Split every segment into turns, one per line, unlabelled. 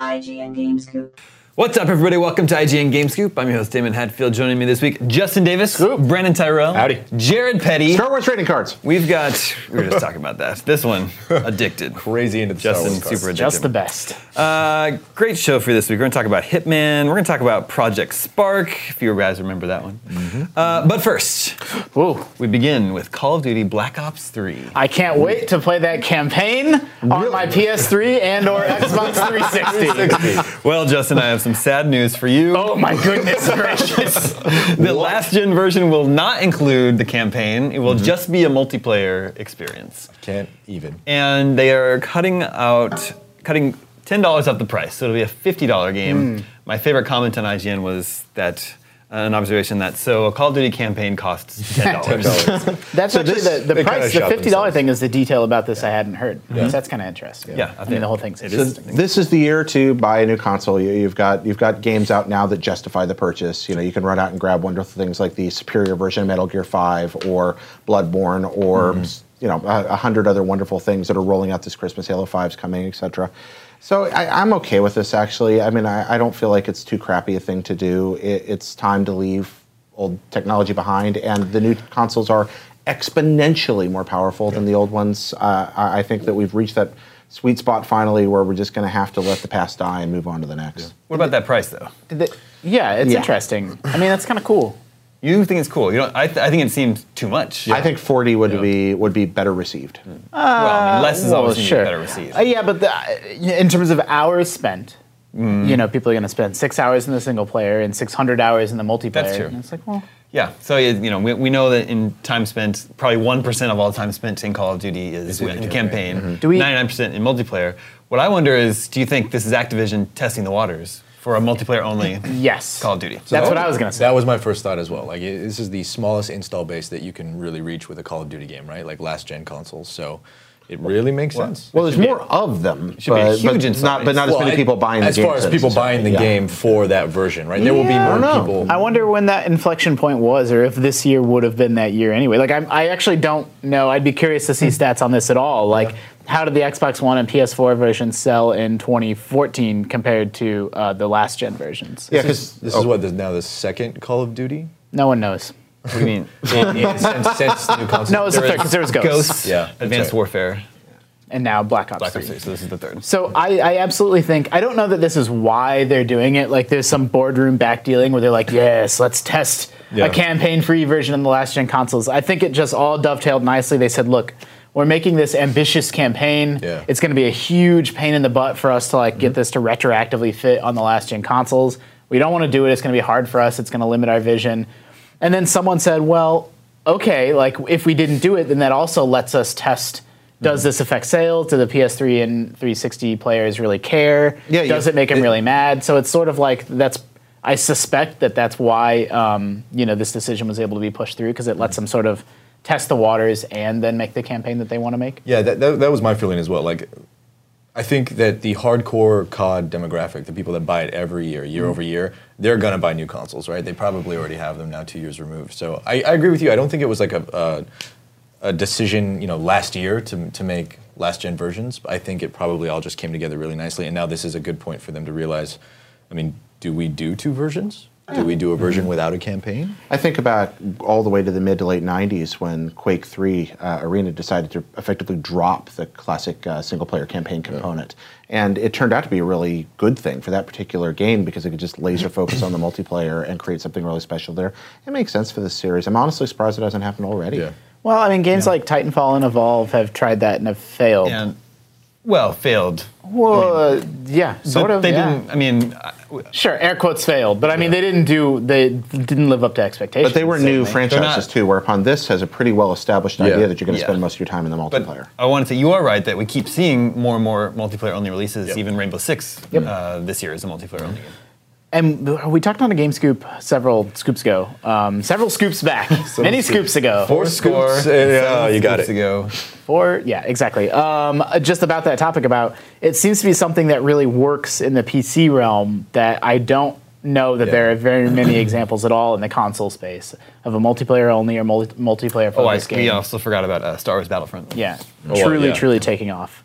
IGN Games Coop.
What's up, everybody? Welcome to IGN Game Scoop. I'm your host, Damon Hadfield. Joining me this week, Justin Davis, Brandon Tyrell,
Howdy.
Jared Petty.
Star Wars trading cards.
We've got, we were just talking about that. This one, Addicted.
Crazy into the
Justin,
Star Wars
super addicted.
Just the best.
Uh, great show for you this week. We're going to talk about Hitman. We're going to talk about Project Spark, if you guys remember that one.
Mm-hmm.
Uh, but first,
Ooh,
we begin with Call of Duty Black Ops 3.
I can't wait to play that campaign on my PS3 and or Xbox 360.
Well, Justin, I have some sad news for you.
oh my goodness gracious.
the last gen version will not include the campaign, it will just be a multiplayer experience.
Can't even.
and they are cutting out cutting ten dollars off the price, so it'll be a fifty dollar game. My favorite comment on IGN was that uh, an observation that so a Call of Duty campaign costs ten dollars.
That's actually
this-
the, the
they kinda
price, the
shot
$50
themselves.
thing is the detail about this I hadn't heard. So that's kind of interesting.
Yeah, I
I,
think
mean, the whole thing's
it
it
is.
is.
This is the year to buy a new console. You, you've got you've got games out now that justify the purchase. You know, you can run out and grab wonderful things like the superior version of Metal Gear Five or Bloodborne or you know a, a hundred other wonderful things that are rolling out this Christmas. Halo 5's coming, etc. So I, I'm okay with this actually. I mean, I, I don't feel like it's too crappy a thing to do. It, it's time to leave old technology behind, and the new consoles are exponentially more powerful than the old ones. Uh, I I think that we've reached that sweet spot finally where we're just going to have to let the past die and move on to the next.
What about that price though?
yeah, it's
Yeah.
interesting. I mean, that's kind of cool.
You think it's cool? You don't? I, th- I think it seems too much.
I think 40 would be would be better received.
Hmm.
well, I mean, less is
Well,
always gonna be
sure.
better received.
Uh, yeah, but the, uh, in terms of hours spent,
Mm.
you know, people are going to spend six hours in the single player and 600 hours in the multiplayer.
true.
And it's like, well,
yeah. So you you know, we, we know that in time spent, probably one percent of all time spent in Call of Duty is in the campaign.
Do we-
Ninety-nine percent in multiplayer. What I wonder is, do you think this is Activision testing the waters for a multiplayer only
yes.
Call of Duty?
That's
that
what I was gonna say.
That was my first thought as well. Like it, this is the smallest install base that you can really reach with a Call of Duty game, right? Like last gen consoles. So it really makes sense.
Well, there's more of them,
should be a
but, but
huge install
not but not as
Well,
many
I-
people buying
as
the game.
far as
sets.
people buying the
Yeah.
game for that version, right? There will be
Yeah.
more
I don't know.
people.
I wonder when that inflection point was, or if this year would have been that year anyway. Like, I'm, I actually don't know. I'd be curious to see
Hmm.
stats on this at all. Like, how did the Xbox One and PS4 versions sell in 2014 compared to uh, the last gen versions?
Yeah, oh. because
this is what the, now the second Call of Duty.
No one knows.
What do you mean?
In- in- since, since the new console.
No, it's the third because there was Ghosts,
Ghosts,
Yeah,
Advanced
that's right.
Warfare,
and now Black Ops.
Black
3.
Ops 3. So this is the third.
So I, I absolutely think I don't know that this is why they're doing it. Like there's some boardroom back dealing where they're like, yes, let's test
Yeah.
a campaign-free version on the last gen consoles. I think it just all dovetailed nicely. They said, look, we're making this ambitious campaign.
Yeah.
It's going to be a huge pain in the butt for us to like
Mm-hmm.
get this to retroactively fit on the last gen consoles. We don't want to do it. It's going to be hard for us. It's going to limit our vision. And then someone said, well, okay, like if we didn't do it, then that also lets us test does
Mm-hmm.
this affect sales? Do the PS3 and 360 players really care?
Yeah,
does
you-
it make them
it-
really mad? So it's sort of like that's. I suspect that that's why um, you know this decision was able to be pushed through because it lets
Mm-hmm.
them sort of test the waters and then make the campaign that they want to make.
Yeah, that, that, that was my feeling as well. Like, I think that the hardcore COD demographic, the people that buy it every year, year over year, they're gonna buy new consoles, right? They probably already have them now, two years removed. So I, I agree with you. I don't think it was like a, a, a decision, you know, last year to to make last gen versions. I think it probably all just came together really nicely, and now this is a good point for them to realize. I mean, do we do two versions? Do we do a version without a campaign?
I think about all the way to the mid to late 90s when Quake 3 uh, Arena decided to effectively drop the classic uh, single player campaign component. And it turned out to be a really good thing for that particular game because it could just laser focus on the multiplayer and create something really special there. It makes sense for this series. I'm honestly surprised it hasn't happened already.
Well, I mean, games like Titanfall and Evolve have tried that and have failed.
And well, failed.
well, uh, yeah, sort
But
of.
They
yeah.
didn't. I mean, I-
Sure, air quotes failed, but I mean, they didn't do. They didn't live up to expectations.
But they were new
certainly.
franchises
not-
too, whereupon this has a pretty well established idea that you're going to
Yeah.
spend most of your time in the
but
multiplayer.
I want to say you are right that we keep seeing more and more multiplayer-only releases.
Yep.
Even Rainbow Six
Yep.
uh, this year is a multiplayer-only game.
And we talked on a game scoop several scoops ago, um, several scoops back, many scoops ago.
Four scoops. uh,
Score,
Yeah,
seven
you got
scoops
it.
Ago.
Or yeah, exactly. Um, uh, just about that topic about it seems to be something that really works in the PC realm that I don't know that
Yeah.
there are very many examples at all in the console space of a multiplayer only or multi- multiplayer
Oh, I,
focused
we
game.
also forgot about uh, Star Wars Battlefront.
Yeah,
well,
truly,
yeah.
truly taking off.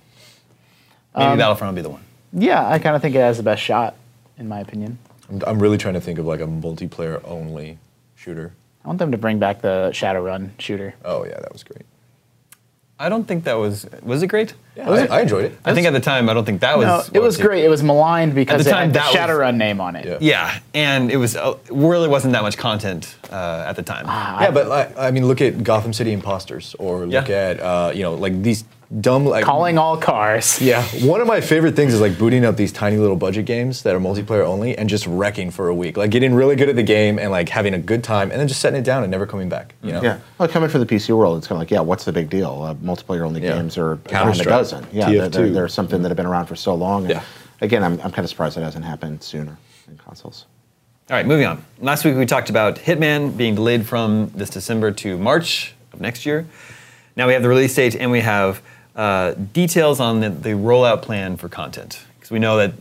um,
Maybe Battlefront will be the one.
yeah, I kind of think it has the best shot, in my opinion.
I'm, I'm really trying to think of like a multiplayer only shooter.
I want them to bring back the Shadowrun shooter.
Oh yeah, that was great.
I don't think that was was it great?
Yeah, I, I enjoyed it.
I think at the time I don't think that was.
No, it
what
was great. It was maligned because
the
it
time,
had the
that was-
Shadowrun name on it.
Yeah.
Yeah, and it was uh, really wasn't that much content uh, at the time.
Ah,
yeah, but like, I mean, look at Gotham City Imposters, or look
Yeah.
at uh, you know like these dumb like
Calling all cars.
Yeah, one of my favorite things is like booting up these tiny little budget games that are multiplayer only and just wrecking for a week. Like getting really good at the game and like having a good time, and then just setting it down and never coming back. You know?
Yeah. Well, coming from the PC world, it's kind of like, yeah, what's the big deal? Uh, multiplayer only
Yeah.
games are around a
Counter-Strike,
dozen. Yeah, they're, they're,
TF2.
they're something that have been around for so long. And
Yeah.
Again, I'm, I'm kind of surprised it hasn't happened sooner in consoles.
All right, moving on. Last week we talked about Hitman being delayed from this December to March of next year. Now we have the release date and we have uh, details on the, the rollout plan for content. Because we know that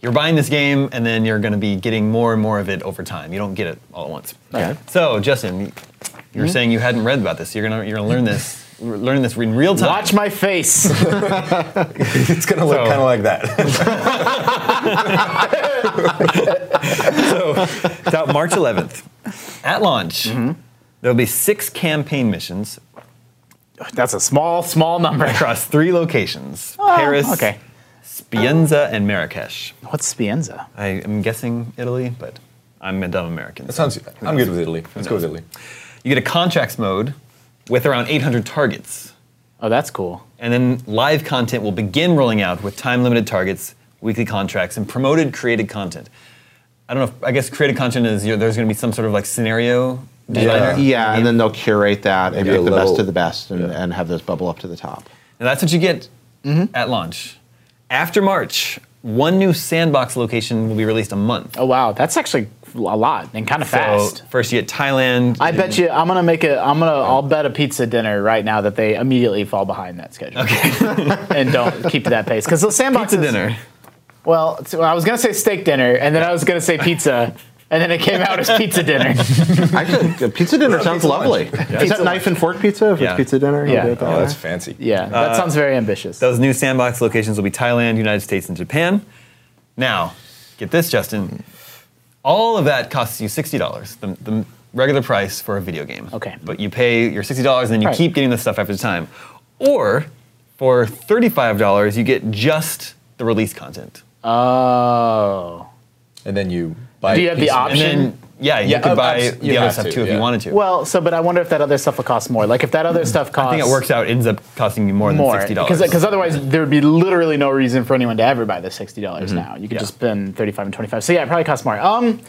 you're buying this game and then you're going to be getting more and more of it over time. You don't get it all at once.
Okay.
So, Justin, you're
Mm-hmm.
saying you hadn't read about this. You're going to you're gonna learn this. Learn this in real time.
Watch my face.
It's gonna look
So-
kind of like that.
It's out March 11th. At launch,
Mm-hmm.
there'll be six campaign missions
That's a small, small number.
across three locations Paris,
Ah, Okay.
Spienza, and Marrakesh.
What's Spienza?
I am guessing Italy, but I'm a dumb American.
that sounds. I'm good with Italy. Let's go with Italy.
you get a contracts mode with around 800 targets,
Oh, that's cool.
and then live content will begin rolling out with time limited targets, weekly contracts, and promoted created content. I don't know. If, I guess created content is you know, there's going to be some sort of like scenario designer.
Yeah, and then they'll curate that and
Maybe
make
a
the
level-
best of the best and, and have those bubble up to the top.
And that's what you get
Mm-hmm.
at launch. After March, one new sandbox location will be released a month.
Oh, wow. That's actually a lot and kind of fast.
So first you get Thailand.
I bet you I'm gonna make a I'm gonna I'll bet a pizza dinner right now that they immediately fall behind that schedule. Okay. and don't keep to that pace because the sandbox
pizza
is-
dinner.
Well, it's- well, I was gonna say steak dinner and then I was gonna say pizza and then it came out as pizza dinner.
Actually, a pizza dinner sounds
pizza
lovely.
lunch.
Is that knife and fork pizza? If
Yeah.
it's pizza dinner, you'll
Yeah.
do it that
Oh,
way?
that's fancy.
Yeah,
Uh,
that sounds very ambitious.
Those new sandbox locations will be Thailand, United States, and Japan. Now, get this, Justin. All of that costs you sixty dollars, the, the regular price for a video game.
Okay.
But you pay your sixty dollars, and then you
Right.
keep getting this stuff after the time. Or for thirty-five dollars, you get just the release content.
oh.
And then you buy.
Do you have the
pieces.
option?
And then, yeah, you
Yeah,
could
uh,
buy
abs- you
the other
have
stuff
to,
too if
yeah.
you wanted to.
Well, so but I wonder if that other stuff will cost more. Like if that other stuff costs
I think it works out ends up costing you more,
more
than sixty dollars.
because otherwise there would be literally no reason for anyone to ever buy the sixty dollars now. You could
Mm-hmm. Yeah.
just spend thirty five and twenty five. So yeah, it probably costs more. Um,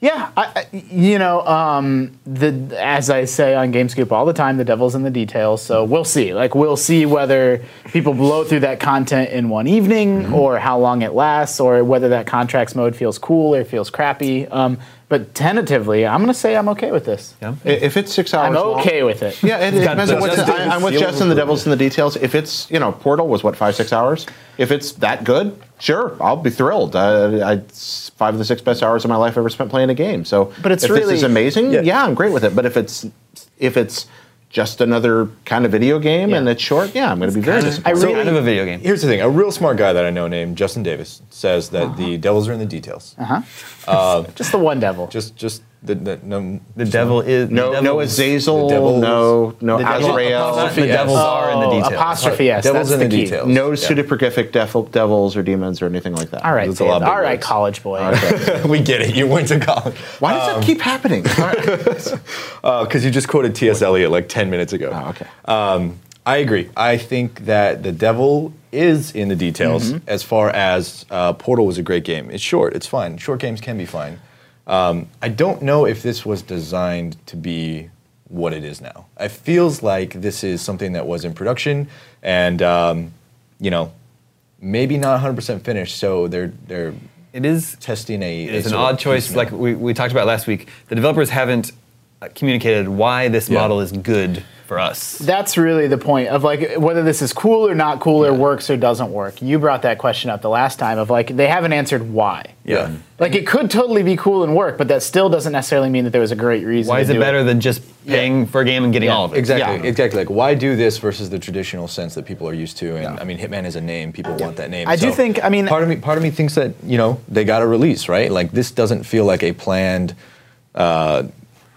yeah, I, I, you know, um, the as I say on GameScoop all the time, the devil's in the details. So we'll see. Like we'll see whether people blow through that content in one evening,
Mm-hmm.
or how long it lasts, or whether that contracts mode feels cool or feels crappy. Um, but tentatively, I'm gonna say I'm okay with this.
yeah. Oh,
I- If it's six hours
I'm
long-
okay with it.
Yeah, it, it
Got
depends on what's.
Justin
I, I'm with
Seal of
Justin. The devil's in the details. If it's you know, Portal was what five six hours. If it's that good, sure, I'll be thrilled. Uh, I, it's five of the six best hours of my life ever spent playing a game. So,
But it's
if
really-
this is amazing,
Yeah.
yeah. I'm great with it. But if it's if it's just another kind of video game and
Yeah.
it's short, yeah, I'm going to be very
I
disappointed.
really,
really-
kind of a video game.
Here's the thing: a real smart guy that I know named Justin Davis says that
Uh-huh.
the devils are in the details. Uh-huh.
Uh,
Just the one devil.
Just, just the, the, no,
The devil is the
no,
devil
no
is-
Azazel,
the devils-
no, no
the devil-
Azrael,
The devils are in the
Oh,
details.
Apostrophe S.
Devil's
that's
in the
key.
details.
no
Yeah.
pseudepergific devil, devils or demons or anything like that.
All right,
That's a lot
Dave.
bigger
all right,
words.
college boy.
we get it. You went to college.
Why does
Um,
that keep happening? All right.
because you just quoted T.S. Eliot like 10 minutes ago.
Oh, okay.
Um, I agree. I think that the devil is in the details
Mm-hmm.
as far as uh, Portal was a great game. It's short, it's fine. Short games can be fine. Um, I don't know if this was designed to be what it is now. It feels like this is something that was in production and, um, you know, maybe not 100% finished, so they're, they're
It is
testing a.
It's
a
an
sort of
odd choice,
piecemeal.
like we, we talked about last week. The developers haven't uh, communicated why this
Yeah.
model is good for us.
That's really the point of like whether this is cool or not cool or works or doesn't work. You brought that question up the last time of like they haven't answered why.
yeah.
Yeah.
Like it could totally be cool and work, but that still doesn't necessarily mean that there was a great reason.
Why
to
is it
do
better than just paying for a game and getting
Yeah,
all of it?
Exactly,
Yeah.
exactly. Like, why do this versus the traditional sense that people are used to? And I mean, Hitman is a name; people want that name.
I do think- I mean-
part of me, part of me thinks that you know they got a release right. Like, this doesn't feel like a planned. Uh,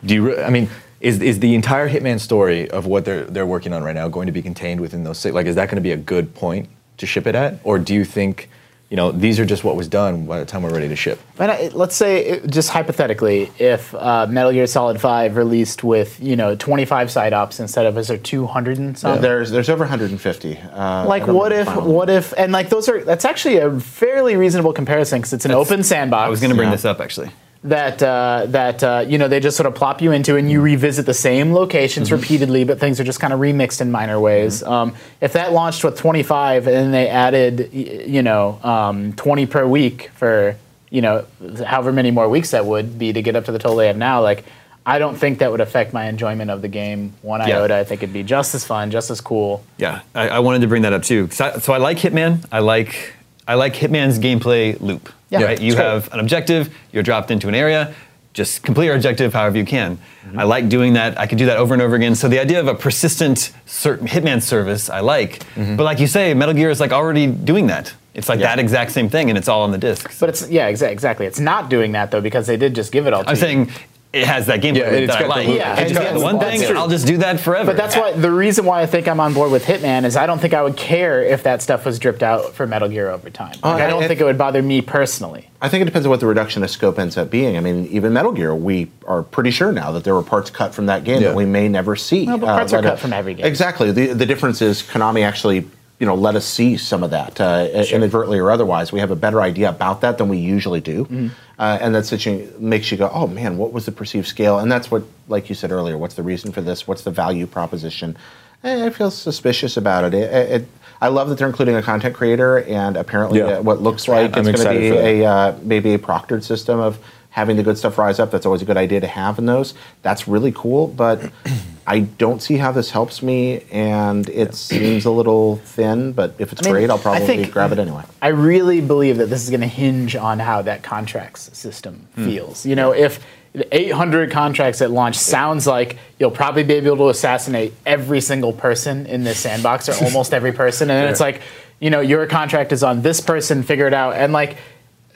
do you? Re- I mean, is is the entire Hitman story of what they're they're working on right now going to be contained within those six? Like, is that going to be a good point to ship it at, or do you think? You know, these are just what was done by the time we're ready to ship.
And I, let's say, it- just hypothetically, if uh, Metal Gear Solid Five released with you know 25 side ops instead of is there 200 and something?
There's there's over 150. Uh, I
Like
don't
what
remember the
if
final
what if and like those are that's actually a fairly reasonable comparison because it's an open sandbox.
I was going to bring
Yeah.
this up actually.
that uh, that uh, you know they just sort of plop you into and you revisit the same locations repeatedly, but things are just kind of remixed in minor ways. Um, if that launched with 25 and then they added y- you know um, 20 per week for you know however many more weeks that would be to get up to the total they have now, like. I don't think that would affect my enjoyment of the game one
Yeah.
iota. I think it'd be just as fun, just as cool.
Yeah, I, I wanted to bring that up too. 'Cause I- so I like Hitman. I like I like Hitman's gameplay loop.
Yeah.
right? You
Sure.
have an objective. You're dropped into an area. Just complete your objective however you can. I like doing that. I could do that over and over again. So the idea of a persistent cert- Hitman service, I like. But like you say, Metal Gear is like already doing that. It's like
Yeah.
that exact same thing, and it's all on the disc.
But it's yeah, exa- exactly. It's not doing that though because they did just give it all. to
I'm
you.
saying it has that gameplay
Yeah,
loop
it's
that I
got the
like.
loop.
Yeah,
I just
it's
got
got
the one
the-
thing,
that's
and
true.
I'll just do that forever.
But that's why the reason why I think I'm on board with Hitman is I don't think I would care if that stuff was dripped out for Metal Gear over time. Like, I
and-
don't
and-
think it would bother me personally.
I think it depends on what the reduction of scope ends up being. I mean, even Metal Gear, we are pretty sure now that there were parts cut from that game
Yeah.
that we may never see. No,
but parts are cut from every game.
Exactly. The, the difference is Konami actually, you know, let us see some of that uh, inadvertently or otherwise. We have a better idea about that than we usually do,
Mm-hmm.
uh, and that's such a, makes you go, "Oh man, what was the perceived scale?" And that's what, like you said earlier, what's the reason for this? What's the value proposition? Eh, I feel suspicious about it. It- it- I love that they're including a content creator, and apparently,
Yeah.
uh, what looks like
I'm
it's going to
excited
be
for that.
a uh, maybe a proctored system of having the good stuff rise up. That's always a good idea to have in those. That's really cool, but I don't see how this helps me, and it seems a little thin. But if it's
mean,
great, I'll
I
probably
think-
grab it anyway.
I really believe that this is going to hinge on how that contracts system feels. You know, if the 800 contracts at launch sounds like you'll probably be able to assassinate every single person in this sandbox or almost every person, and then it's
Sure.
like, you know, your contract is on this person, figure it out, and like.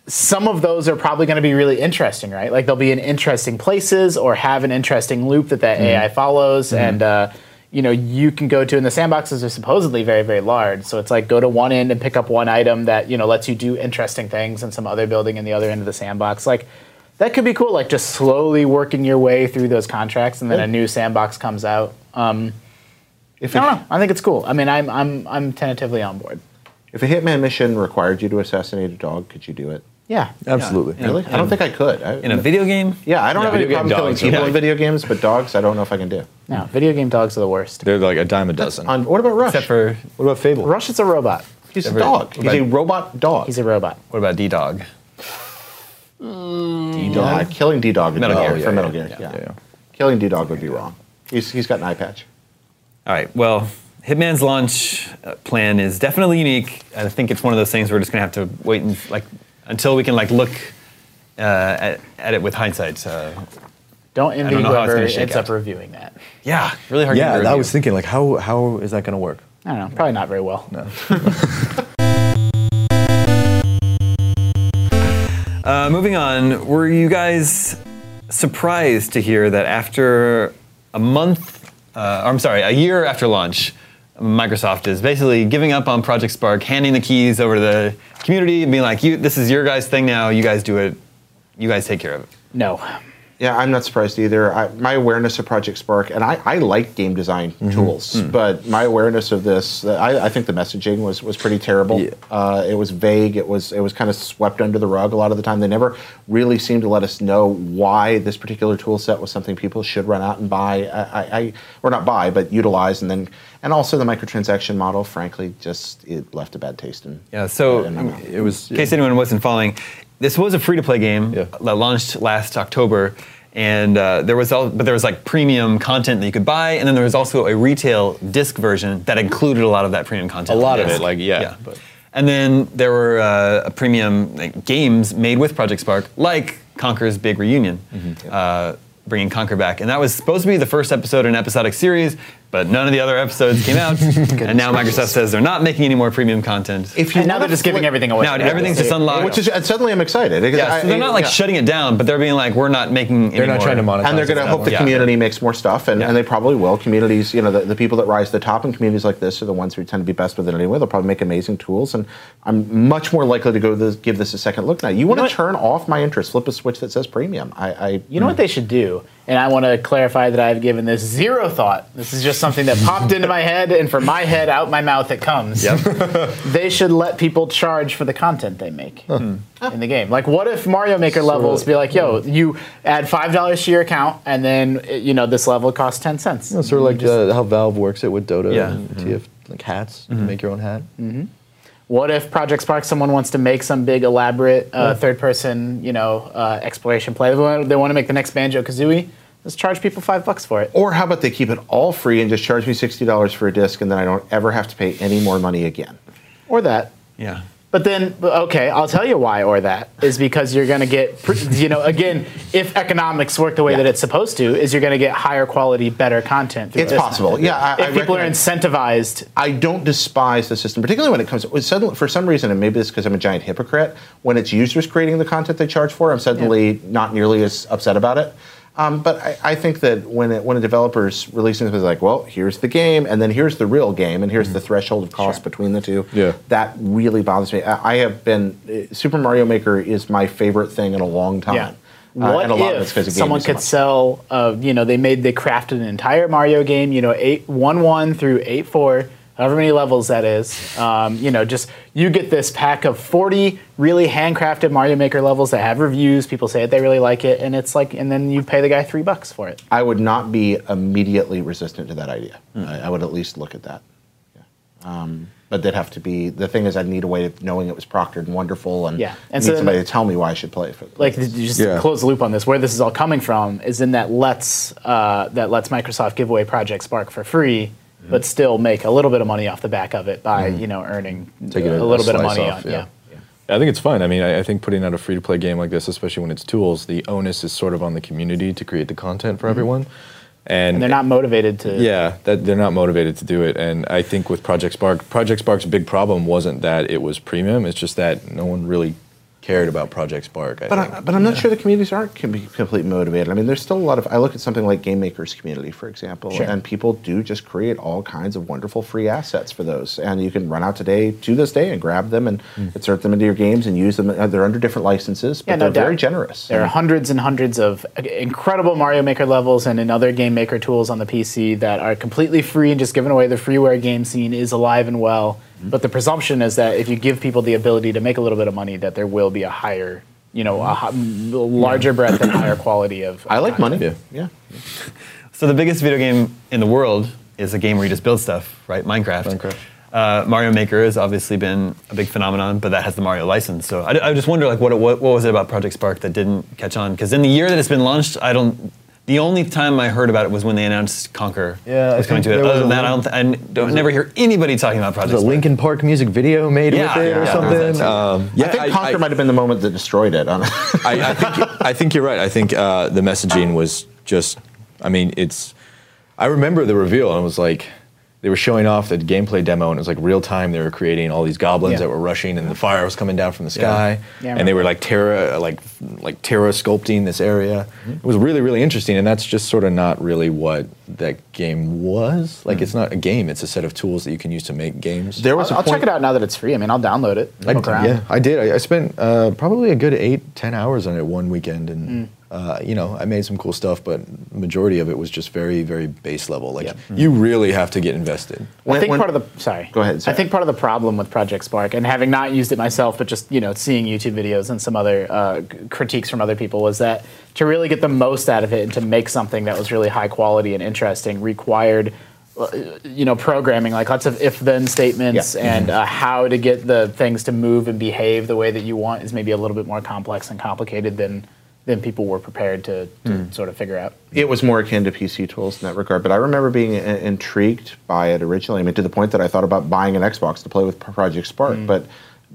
some of those are probably going to be really interesting, right? Like they'll be in interesting places or have an interesting loop that that AI follows, and uh, you know you can go to. And the sandboxes are supposedly very, very large, so it's like go to one end and pick up one item that you know lets you do interesting things, and some other building in the other end of the sandbox, like. That could be cool, like just slowly working your way through those contracts, and then a new sandbox comes out. Um,
If
I
it-
don't know. I think it's cool. I mean, I'm I'm I'm tentatively on board.
if a hitman mission required you to assassinate a dog, could you do it?
Yeah,
Absolutely.
Really? I don't think I could. I,
in a video game.
yeah, I don't have
video
any
game
problem killing
dogs are
people
like-
in video games, but dogs, I don't know if I can do.
no, video game dogs are the worst.
They're like a dime a dozen.
On, what about Rush?
Except for
what about Fable?
Rush is a robot.
He's a
Except for-
dog. He's
about-
a robot dog.
He's a robot.
what about D Dog?
Mm.
Yeah, killing D Dog would
Metal
be
Gear,
for
yeah,
Metal
Oh, yeah,
Gear.
yeah,
Yeah,
yeah.
killing D Dog would be wrong. He's he's got an eye patch.
All right. Well, Hitman's launch uh, plan is definitely unique. I think it's one of those things we're just gonna have to wait and like until we can like look uh, at, at it with hindsight. Uh,
Don't envy
don't know how it's
whoever
gonna shake
ends up
out.
reviewing that.
yeah, really hard.
Yeah,
to
I
review.
was thinking like, how how is that going to work?
I don't know. Probably not very well.
Uh, moving on. Were you guys surprised to hear that after a month? Uh, I'm sorry, a year after launch, Microsoft is basically giving up on Project Spark, handing the keys over to the community, and being like, "You, this is your guys' thing now. You guys do it. You guys take care of it."
No.
Yeah, I'm not surprised either. I, my awareness of Project Spark, and I, I like game design tools, but my awareness of this, uh, I, I think the messaging was, was pretty terrible.
Yeah.
Uh, it was vague. It was it was kind of swept under the rug a lot of the time. They never really seemed to let us know why this particular tool set was something people should run out and buy. I, I, I or not buy, but utilize, and then and also the microtransaction model. Frankly, just it left a bad taste in.
Yeah. So
in my mouth.
It was
In case anyone wasn't following, this was a free to play game
Yeah.
that launched last October, And uh, there was, all, but there was like premium content that you could buy, and then there was also a retail disc version that included a lot of that premium content.
A
on
lot of
disc.
it, like, yeah, but-
And then there were uh, premium like, games made with Project Spark, like Conker's Big Reunion,
Mm-hmm.
uh, bringing Conker back. And that was supposed to be the first episode in an episodic series, but none of the other episodes came out. and now Microsoft says they're not making any more premium content.
If
And now they're
wanna
just giving
flip-
everything away.
Now everything's just unlocked.
Which is and suddenly I'm excited. because
yeah, so
I-
they're not like
yeah.
shutting it down, but they're being like, we're not making.
They're not trying to monetize.
and they're going
it
to
that
hope the
way.
Yeah.
community makes more stuff, and, and they probably will. Communities, you know, the, the people that rise to the top in communities like this are the ones who tend to be best with it anyway. They'll probably make amazing tools, and I'm much more likely to go this, give this a second look now. You want to
what-
turn off my interest, flip a switch that says premium. I, I
You know what they should do? And I want to clarify that I've given this zero thought. This is just something that popped into my head, and from my head out my mouth it comes. they should let people charge for the content they make in the game. Like, what if Mario Maker levels be like, yo, you add five dollars to your account, and then uh, you know this level costs ten cents.
Sort of like uh, how Valve works it with Dota
Yeah.
and
Mm-hmm.
TF, like hats. You make your own hat.
Mm, What if Project Spark? Someone wants to make some big elaborate uh, third-person, you know, uh, exploration play. They want, they want to make the next Banjo Kazooie. Let's charge people five bucks for it.
or how about they keep it all free and just charge me sixty dollars for a disc, and then I don't ever have to pay any more money again.
Or that.
Yeah.
But then, but okay, I'll tell you why or that is because you're going to get, pr- you know, again, if economics work the way that it's supposed to, is you're going to get higher quality, better content. through
It's
this.
possible. Yeah, I,
If
I
people are
recommend-
incentivized,
I don't despise the system, particularly when it comes when suddenly for some reason, and maybe this because I'm a giant hypocrite. When it's users creating the content they charge for, I'm suddenly not nearly as upset about it. Um, but I, I think that when it, when a developer's releasing something like, well, here's the game, and then here's the real game, and here's
Mm-hmm.
the threshold of cost between the two,
Yeah.
that really bothers me. I, I have been uh, Super Mario Maker is my favorite thing in a long time.
yeah.
Uh,
What
and a lot of it's
if
'cause the game
someone
is so
could
much.
sell, uh, you know, they made, they crafted an entire Mario game, you know, eight one one through eight four, however many levels that is. Um, you know, just you get this pack of forty really handcrafted Mario Maker levels that have reviews. People say that they really like it, and it's like, and then you pay the guy three bucks for it.
I would not be immediately resistant to that idea.
Hmm.
I, I would at least look at that. Yeah. Um, but they'd have to be. The thing is, I'd need a way of knowing it was proctored and wonderful, and,
Yeah. And
need
so then-
somebody to tell me why I should play it. For the
like to just
Yeah.
close the loop on this, where this is all coming from is in that lets uh, that lets Microsoft give away Project Spark for free,
Mm-hmm.
but still make a little bit of money off the back of it by you know earning
Take
a,
it a-
little
a
bit of
slice
money
off,
on
yeah.
yeah.
I think it's fun. I mean, I, I think putting out a free to play game like this, especially when it's tools, the onus is sort of on the community to create the content for everyone. And,
Mm-hmm. And they're not motivated to
Yeah, that they're not motivated to do it. And I think with Project Spark, Project Spark's big problem wasn't that it was premium. It's just that no one really cared about Project Spark. I
But,
think.
I, but I'm not sure the communities aren't com- completely motivated. I mean, there's still a lot of. I look at something like Game Makers Community, for example,
Sure.
and people do just create all kinds of wonderful free assets for those. And you can run out today, to this day, and grab them and insert them into your games and use them. Uh, They're under different licenses, but
Hmm. Yeah, no
they're very
doubt.
generous.
There are hundreds and hundreds of incredible Mario Maker levels and in other game maker tools on the PC that are completely free and just given away. The freeware game scene is alive and well,
Mm-hmm.
but the presumption is that if you give people the ability to make a little bit of money, that there will be a higher, you know, a hi- larger breadth and higher quality of.
I like money.
Yeah.
yeah.
So the biggest video game in the world is a game where you just build stuff, right? Minecraft.
Minecraft.
Uh, Mario Maker has obviously been a big phenomenon, but that has the Mario license. So I, I just wonder, like, what, it- what what was it about Project Spark that didn't catch on? Because in the year that it's been launched, I don't. The only time I heard about it was when they announced Conquer
Yeah, I
was coming
think
to it.
there was
Other than
a
that, I don't.
link-
Th- I n- don't never hear anybody talking about Project
The
Spark.
Linkin Park music video made
Yeah,
with it
yeah,
or
yeah.
something. Um,
yeah,
I think Conquer might have been the moment that destroyed it. Honestly.
I, I think I think you're right. I think uh, the messaging was just. I mean, it's. I remember the reveal, and it was like they were showing off the gameplay demo, and it was like real time. They were creating all these goblins
Yeah.
that were rushing, and the fire was coming down from the sky,
Yeah, I
and they were like terra, like like terra sculpting this area.
Mm-hmm.
It was really really interesting, and that's just sort of not really what that game was.
Mm-hmm.
Like, it's not a game; it's a set of tools that you can use to make games.
There was
I'll,
a
I'll
point.
check it out now that it's free. I mean, I'll download it.
I,
Look around.
yeah, I did. I, I spent uh, probably a good eight, ten hours on it one weekend, and uh, you know, I made some cool stuff, but majority of it was just very, very base level. Like
Yep.
you really have to get invested.
When-
I think
when-
part of the sorry.
Go ahead, sorry.
I think part of the problem with Project Spark and having not used it myself, but just you know seeing YouTube videos and some other uh, c- critiques from other people was that to really get the most out of it and to make something that was really high quality and interesting required uh, you know programming like lots of if then statements
Yeah. Mm-hmm.
and uh, how to get the things to move and behave the way that you want is maybe a little bit more complex and complicated than than people were prepared to, to
Hmm.
sort of figure out.
it was more akin to PC tools in that regard. But I remember being in- intrigued by it originally. I mean, to the point that I thought about buying an Xbox to play with Project Spark, but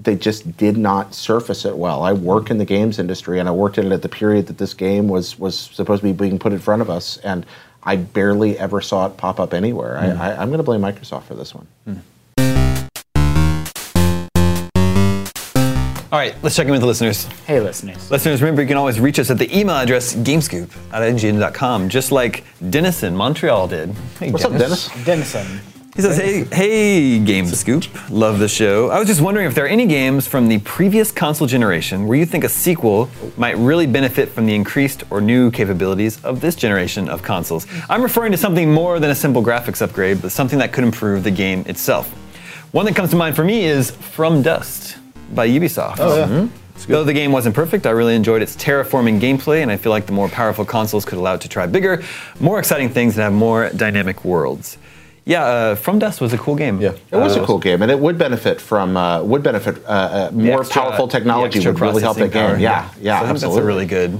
they just did not surface it well. I work in the games industry, and I worked in it at the period that this game was was supposed to be being put in front of us, and I barely ever saw it pop up anywhere. I, I, I'm going to blame Microsoft for this one.
All right, let's check in with the listeners.
Hey, listeners.
Listeners, remember you can always reach us at the email address gamescoop at ngn.com, just like Dennis in Montreal did. Hey,
What's up, Dennis?
Denison.
He says, "Hey, hey, Game Scoop, love the show. I was just wondering if there are any games from the previous console generation where you think a sequel might really benefit from the increased or new capabilities of this generation of consoles. I'm referring to something more than a simple graphics upgrade, but something that could improve the game itself. One that comes to mind for me is From Dust by Ubisoft. Oh, yeah. Though the game wasn't perfect, I really enjoyed its terraforming gameplay, and I feel like the more powerful consoles could allow it to try bigger, more exciting things, and have more dynamic worlds. Yeah, uh, From Dust was a cool game. Uh,
Yeah.
It was a cool game, and it would benefit from uh, would benefit uh, uh, more
extra-
powerful
the
technology
extra
would really help that
processing
game.
power,
Yeah, yeah,
So I think
absolutely.
That's a really good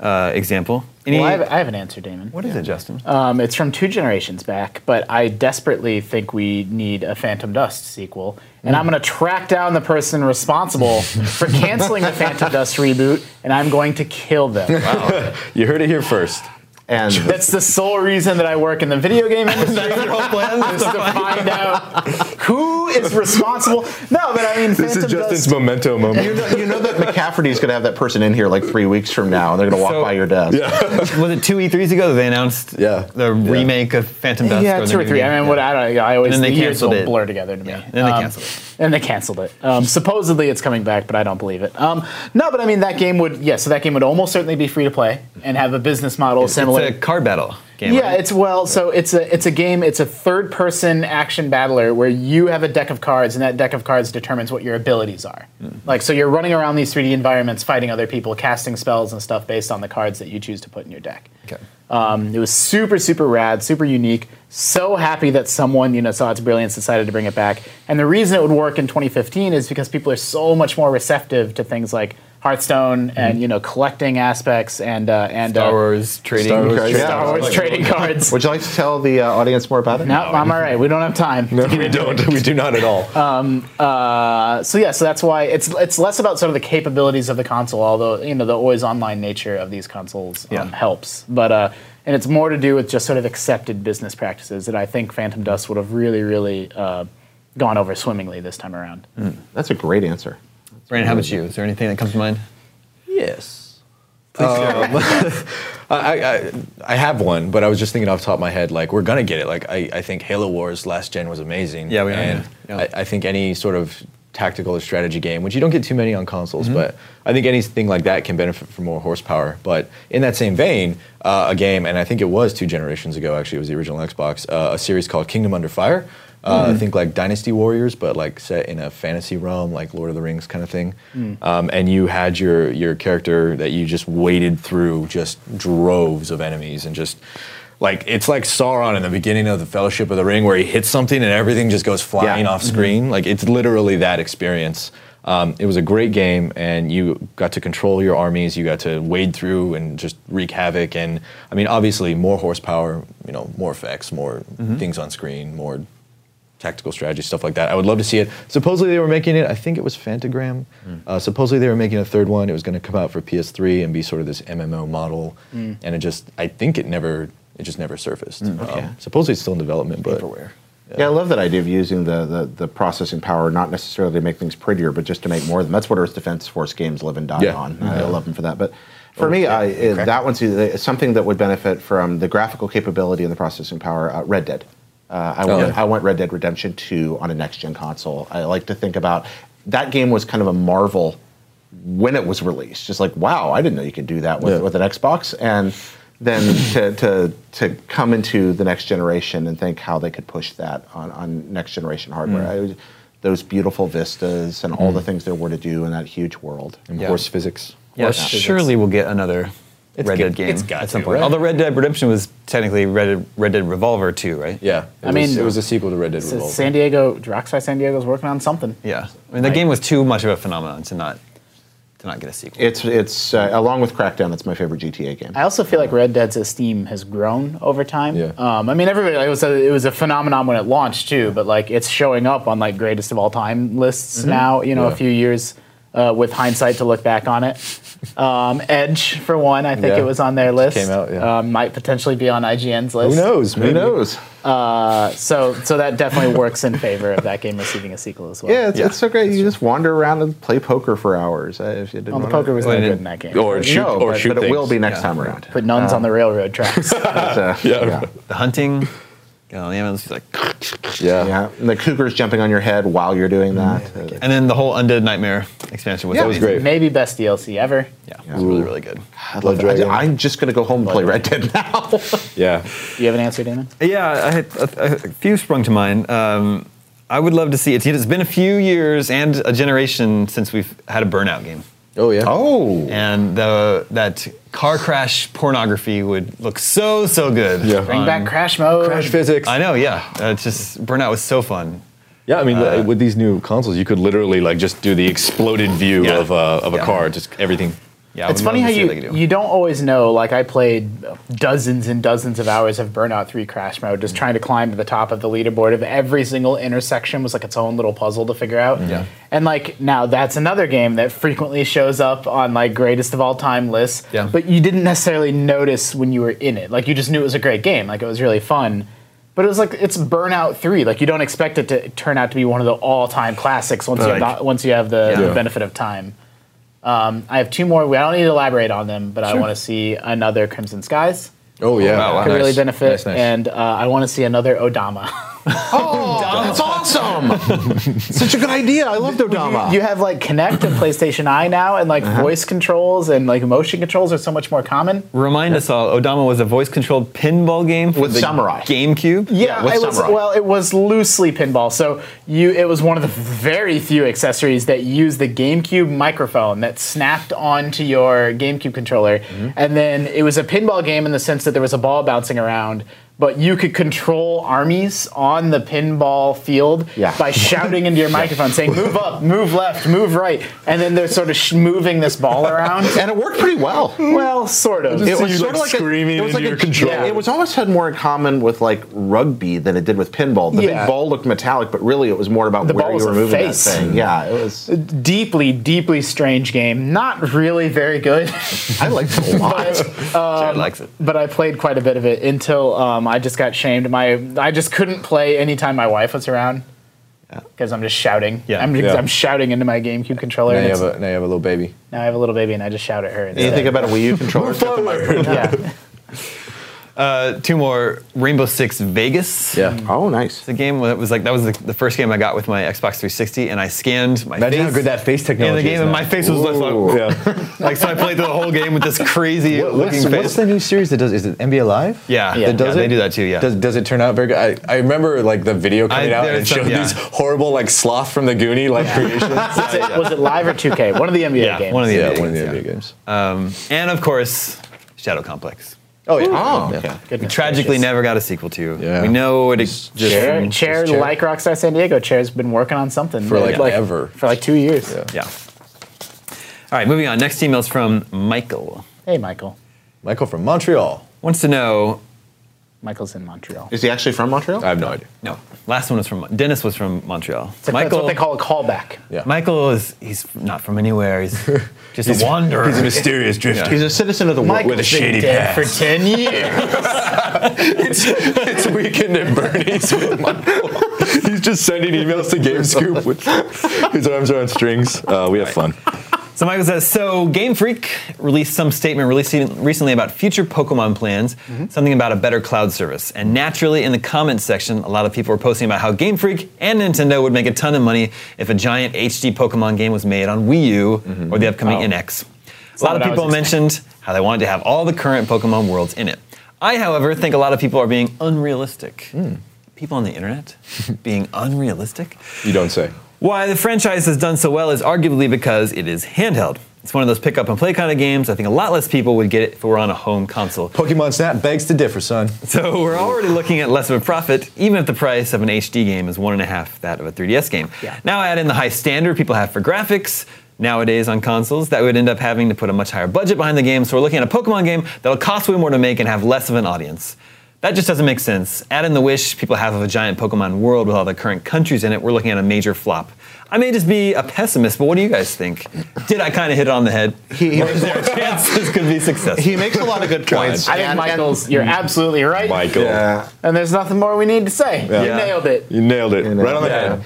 uh, example. Any,
Well, I have, I have an answer, Damon.
what is it, Justin?
Uh,
Um, it's from two generations back, but I desperately think we need a Phantom Dust sequel. And
Mm.
I'm going to track down the person responsible for canceling the Phantom Dust reboot, and I'm going to kill them.
You heard it here first.
and
That's the sole reason that I work in the video game industry. is to find out who is responsible. No, but I mean,
This
Phantom
is Justin's
Dust.
memento moment.
you know, you know that McCafferty's going to have that person in here like three weeks from now, and they're going to walk
So-
by your desk.
was it two E3s ago that they announced
Yeah.
the
Yeah.
remake of Phantom Dust?
yeah,
or
two
the
or three.
new
I
game?
mean, what I don't. I always
And then they
the years
canceled
will
it.
blur together to me. Um,
Yeah, and then they canceled it.
And they canceled it. Um, supposedly, it's coming back, but I don't believe it. Um, no, but I mean, that game would. Yeah, so that game would almost certainly be free to play and have a business model similar.
It's a card battle game.
Yeah,
right?
it's well, so it's a it's a game, it's a third person action battler where you have a deck of cards and that deck of cards determines what your abilities are.
Mm-hmm.
Like so you're running around these 3D environments fighting other people, casting spells and stuff based on the cards that you choose to put in your deck.
Okay.
Um, it was super, super rad, super unique. So happy that someone you know saw its brilliance, decided to bring it back. And the reason it would work in 2015 is because people are so much more receptive to things like Hearthstone and you know collecting aspects and uh, and
Star
uh,
Wars trading.
Star Wars
cards.
trading.
Star Wars trading cards.
Would you like to tell the uh, audience more about it?
No, I'm all right. We don't have time.
No, we don't. We do not at all.
So yeah, so that's why it's it's less about sort of the capabilities of the console, although you know the always online nature of these consoles um,
Yeah.
helps. But uh, and it's more to do with just sort of accepted business practices that I think Phantom Dust would have really, really uh, gone over swimmingly this time around.
That's a great answer.
Brandon, how about you? Is there anything that comes to mind?
Yes. Um, I, I, I have one, but I was just thinking off the top of my head, like, we're going to get it. Like, I, I think Halo Wars last gen was amazing.
Yeah, we are,
And
yeah. Yeah.
I, I think any sort of tactical or strategy game, which you don't get too many on consoles, but I think anything like that can benefit from more horsepower. But in that same vein, uh, a game, and I think it was two generations ago, actually, it was the original Xbox, uh, a series called Kingdom Under Fire. Uh, I think like Dynasty Warriors, but like set in a fantasy realm, like Lord of the Rings kind of thing. Um, and you had your your character that you just waded through just droves of enemies and just like it's like Sauron in the beginning of the Fellowship of the Ring, where he hits something and everything just goes flying
Yeah.
off screen. Like it's literally that experience. Um, it was a great game, and you got to control your armies. You got to wade through and just wreak havoc. And I mean, obviously, more horsepower, you know, more effects, more things on screen, more tactical strategy, stuff like that. I would love to see it. Supposedly they were making it. I think it was Fantagram.
Hmm.
Uh, supposedly they were making a third one. It was going to come out for PS3 and be sort of this MMO model.
Hmm.
And it just, I think it never, it just never surfaced. Um, supposedly it's still in development, but
Yeah. I love that idea of using the, the the processing power not necessarily to make things prettier, but just to make more of them. That's what Earth Defense Force games live and die
Yeah.
on. I love them for that. But for me, I, it- that one's either- something that would benefit from the graphical capability and the processing power. Uh, Red Dead. Uh, I, want,
Oh, yeah.
I want Red Dead Redemption 2 on a next gen console. I like to think about that game was kind of a marvel when it was released. Just like, wow, I didn't know you could do that with,
Yeah.
with an Xbox. And then to, to, to come into the next generation and think how they could push that on, on next generation hardware. I- those beautiful vistas and all the things there were to do in that huge world.
And
Yeah.
horse physics.
Yeah,
Horse physics.
surely we'll get another
It's
Red
g-
Dead game
it's got
at some
to,
point.
right?
Although Red Dead Redemption was technically Red, Red Dead Revolver too, right?
Yeah. It
I mean-
was, it was a sequel to Red Dead
So
Revolver.
San Diego, Rockstar San Diego's working on something.
Yeah. I mean, the game was too much of a phenomenon to not to not get a sequel.
It's it's uh, along with Crackdown. That's my favorite GTA game.
I also feel like Red Dead's esteem has grown over time.
Yeah.
Um, I mean, everybody like, it was a, it was a phenomenon when it launched too, but like it's showing up on like greatest of all time lists
Mm-hmm.
now. You know,
Yeah.
a few years uh, with hindsight to look back on it. Um, Edge for one, I think
Yeah.
it was on their list.
came out, yeah.
Um, might potentially be on IGN's
Who
list.
knows?
Who
maybe.
knows?
So so that definitely works in favor of that game receiving a sequel as well.
Yeah, it's,
Yeah.
it's so great. You just wander around and play poker for hours. Uh, if you didn't
Well, the
wanna-
poker was not
Well,
good
and-
in that game.
or shoot
no,
or
but,
shoot
but it will
things.
be next
Yeah.
time around.
Put nuns
Ah.
on the railroad tracks.
But, uh, yeah. yeah.
the hunting, get on the ambulance, he's like,
Yeah.
And the cougar's jumping on your head while you're doing that. Uh,
and then the whole Undead Nightmare expansion was
Yeah. That
was
amazing.
great.
Maybe best DLC ever.
Yeah, it was really really good.
I
Blood
love it.
Dragon.
I, am just gonna go home and play Red Dead now.
Yeah.
Do you have an answer, Damon?
Yeah, I had a, a few sprung to mind. Um, I would love to see it. It's been a few years and a generation since we've had a burnout game,
Oh yeah.
oh,
and the that car crash pornography would look so so good.
Yeah.
Bring
on-
back Crash Mode.
um, Crash physics.
I know. Yeah, uh, it's just burnout was so fun.
Yeah, I mean,
Uh,
with these new consoles,
You could literally like just do the exploded view
Yeah.
of, uh, of a
Yeah.
car, just everything.
Yeah, I
it's
would
funny
love
how
to see
you
what they could do.
you don't always know. Like I played dozens and dozens of hours of Burnout Three Crash Mode,
Mm.
just trying to climb to the top of the leaderboard. Of every single intersection was like its own little puzzle to figure out.
Yeah.
And like now, that's another game that frequently shows up on like greatest of all time lists.
Yeah.
But you didn't necessarily notice when you were in it. Like you just knew it was a great game. Like it was really fun. But it was like it's Burnout Three. Like you don't expect it to turn out to be one of the all time classics once you have
Like-
the, once you have the,
Yeah.
the benefit of time. I have two more. I don't need to elaborate on them, but I want to see another Crimson Skies.
oh yeah,
wow, wow.
Could really
Nice.
benefit,
Nice, nice.
and uh, I want to see another Odama.
Oh, that's awesome! Such a good idea. I love Dodama.
you have like Connect and PlayStation Eye now, and like voice controls and like motion controls are so much more common.
Remind us all, Odama was a voice-controlled pinball game for
With
the
samurai.
GameCube.
Yeah,
with
it was,
Samurai.
well, it was loosely pinball. So you, it was one of the very few accessories that used the GameCube microphone that snapped onto your GameCube controller,
Mm-hmm.
and then it was a pinball game in the sense that there was a ball bouncing around. But you could control armies on the pinball field
Yeah.
by shouting into your microphone, saying "Move up, move left, move right," and then they're sort of sh- moving this ball around.
and it worked pretty well.
well, sort of.
It was
you, like,
sort of like
screaming
a, it was
into
like
your
a,
controller.
yeah, it was almost had more in common with like rugby than it did with pinball. The
Yeah.
big ball looked metallic, but really it was more about
The ball
where
was
you were
a
moving
face.
that thing. Yeah, it was.
deeply, deeply strange game. Not really very good.
I liked it a lot.
but,
Jared likes it.
Uh, but I played quite a bit of it until um, I just got shamed. My I just couldn't play anytime my wife was around because I'm just shouting.
Yeah.
I'm,
Yeah.
I'm shouting into my GameCube controller.
Now
and
you, have
it's-
a, now you have a little baby.
now I have a little baby and I just shout at her.
you
instead.
think about a Wii U controller? it's got the microphone.
yeah.
Uh, two more: Rainbow Six Vegas.
yeah.
Oh, nice.
The game that was like that was the, the first game I got with my Xbox 360, and I scanned my
Imagine
face
how good that face
in
technology
the game,
is.
and
now.
my face was just like,
Yeah.
like so. I played through the whole game with this crazy
What-
looking
what's,
face.
what's the new series that does? Is it NBA Live?
yeah,
Yeah.
yeah,
that does
they
it?
do that too. Yeah,
Does, does it turn out very good? I, I remember like the video coming
I-
out and it
there's some-
Showed
yeah.
these horrible like sloth from the Goonie like creations.
Was it, was it live or 2K? One of the NBA
yeah,
games.
one of the
yeah,
NBA
one of the
games,
NBA
yeah.
games.
Um, and of course, Shadow Complex.
oh yeah.
Ah.
Oh,
Yeah.
okay.
Goodness
We tragically
gracious.
never got a sequel to.
Yeah.
We know it ex-
Just-
Chair,
just
chair,
chair.
like Rockstar San Diego, chair's been working on something
For, like,
ever.
for like two years.
Yeah. All right, moving on. Next email's from Michael.
Hey, Michael.
Michael from Montreal.
Wants to know.
Michael's in Montreal.
Is he actually from Montreal?
I have no idea.
No, last one was from Dennis. Was from Montreal.
It's like-
Michael.
That's what they call a callback.
Yeah.
Michael is he's not from anywhere. He's just a wanderer.
He's a mysterious drifter.
He's a citizen of the world.
With a
Michael's been
shady
dead
past.
for ten years.
it's weekend at Bernie's with Michael. He's just sending emails to Game Scoop with his arms are on strings. Uh, we have fun.
So Michael says, so Game Freak released some statement releasing recently about future Pokemon plans, something about a better cloud service. And naturally, in the comments section, a lot of people were posting about how Game Freak and Nintendo would make a ton of money if a giant HD Pokemon game was made on Wii U or the upcoming NX. A lot of
what I was
people mentioned how they wanted to have all the current Pokemon worlds in it. I, however, think a lot of people are being unrealistic. People on the internet being unrealistic?
You don't say.
Why the franchise has done so well is arguably because it is handheld. It's one of those pick up and play kind of games. I think a lot less people would get it if it were on a home console.
Pokemon Snap begs to differ, son.
So we're already looking at less of a profit, even if the price of an HD game is one and a half that of a 3DS game.
Yeah.
Now add in the high standard people have for graphics, nowadays on consoles that would end up having to put a much higher budget behind the game. So we're looking at a Pokemon game that'll cost way more to make and have less of an audience. That just doesn't make sense. Add in the wish people have of a giant Pokemon world with all the current countries in it, we're looking at a major flop. I may just be a pessimist, but what do you guys think? Did I kind of hit it on the head?
He-
or is there a chance this could be successful?
He makes a lot of good points.
I think
and- uh, and-
Michael's. you're absolutely right.
Michael.
Yeah.
And there's nothing more we need to say. You
Yeah.
nailed it.
You nailed it.
nailed
right on the
it.
head.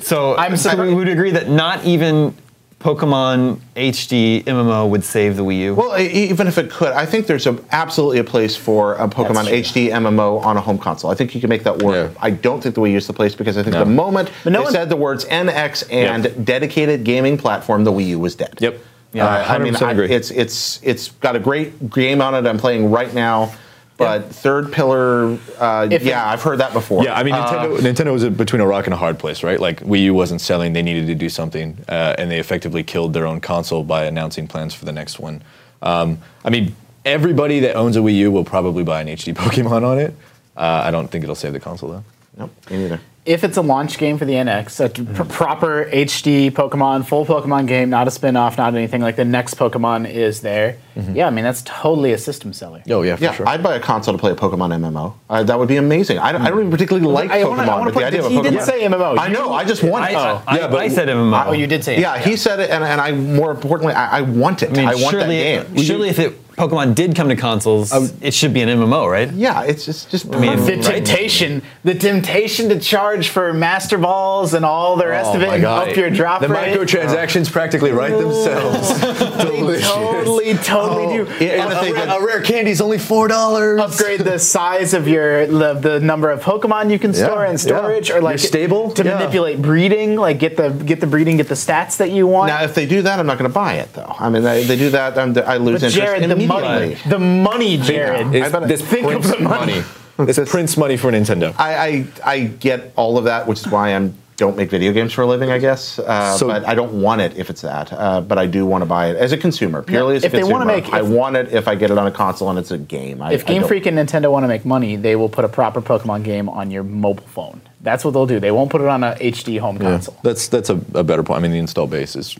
So
I'm
I'm so
sorry.
we would agree that not even Pokemon HD MMO would save the Wii U.
Well, e- even if it could, I think there's a, absolutely a place for a Pokemon
That's true.
HD MMO on a home console. I think you can make that work.
Yeah.
I don't think the Wii U's the place because I think
No.
the moment
But no
they
one-
said the words NX and dedicated gaming platform, the Wii U was dead.
Yep.
Yeah,
Uh, I mean,
100%
I-
agree.
it's it's it's got a great game on it. I'm playing right now, but third pillar, uh,
If
yeah,
it-
I've heard that before.
Yeah, I mean,
uh,
Nintendo, Nintendo was between a rock and a hard place, right? Like, Wii U wasn't selling; they needed to do something, uh, and they effectively killed their own console by announcing plans for the next one. Um, I mean, everybody that owns a Wii U will probably buy an HD Pokemon on it. Uh, I don't think it'll save the console though.
nope, me neither.
If it's a launch game for the NX, a
Mm-hmm.
pr- proper HD Pokemon, full Pokemon game, not a spin off, not anything like the next Pokemon is there.
Mm-hmm.
Yeah, I mean, that's totally a system seller.
Oh yeah, for
Yeah,
sure.
I'd buy a console to play a Pokemon MMO. Uh, that would be amazing. I don't, I don't even particularly like
I wanna- I
Pokemon,
wanna
but the
put-
idea of a
he
Pokemon.
didn't say MMO.
I know. I just want
I,
it.
I, I, said MMO.
Oh, you did say it.
Yeah, he said it, and, and I more importantly, I, I want it. I,
I mean,
want that
surely,
game.
surely if it, Pokemon did come to consoles, it should be an MMO, right?
yeah, it's just just. I
mean,
The temptation, the temptation to charge for master balls and all the
Oh
rest of it, and up your drop
the
rate.
microtransactions practically write themselves. Delicious.
totally, totally do.
Oh, yeah, and
A,
if they
rare,
did-
a rare candy's only four dollars.
upgrade the size of your the, the number of Pokemon you can
Yeah,
store in storage,
yeah.
or like
Your stable?
to
Yeah.
manipulate breeding, like get the get the breeding, get the stats that you want.
now, if they do that, I'm not going to buy it though. I mean, they, they do that, I'm, I lose
but
interest
Jared, the money,
immediately.
the money, Jared.
I bet it-
this
Think of
prince
the money.
It's Prince money for Nintendo.
I, I I get all of that, which is why I'm don't make video games for a living, I guess. Uh,
So-
but I don't want it if it's that. Uh, but I do want to buy it as a consumer, purely
Yeah,
as a
if they wanna
consumer.
make-
I
if-
want it if I get it on a console and it's a game. I,
If
I
Game
don't-
Freak and Nintendo want to make money, they will put a proper Pokemon game on your mobile phone. That's what they'll do. They won't put it on a HD home console.
That's that's a, a better point. I mean, the install base is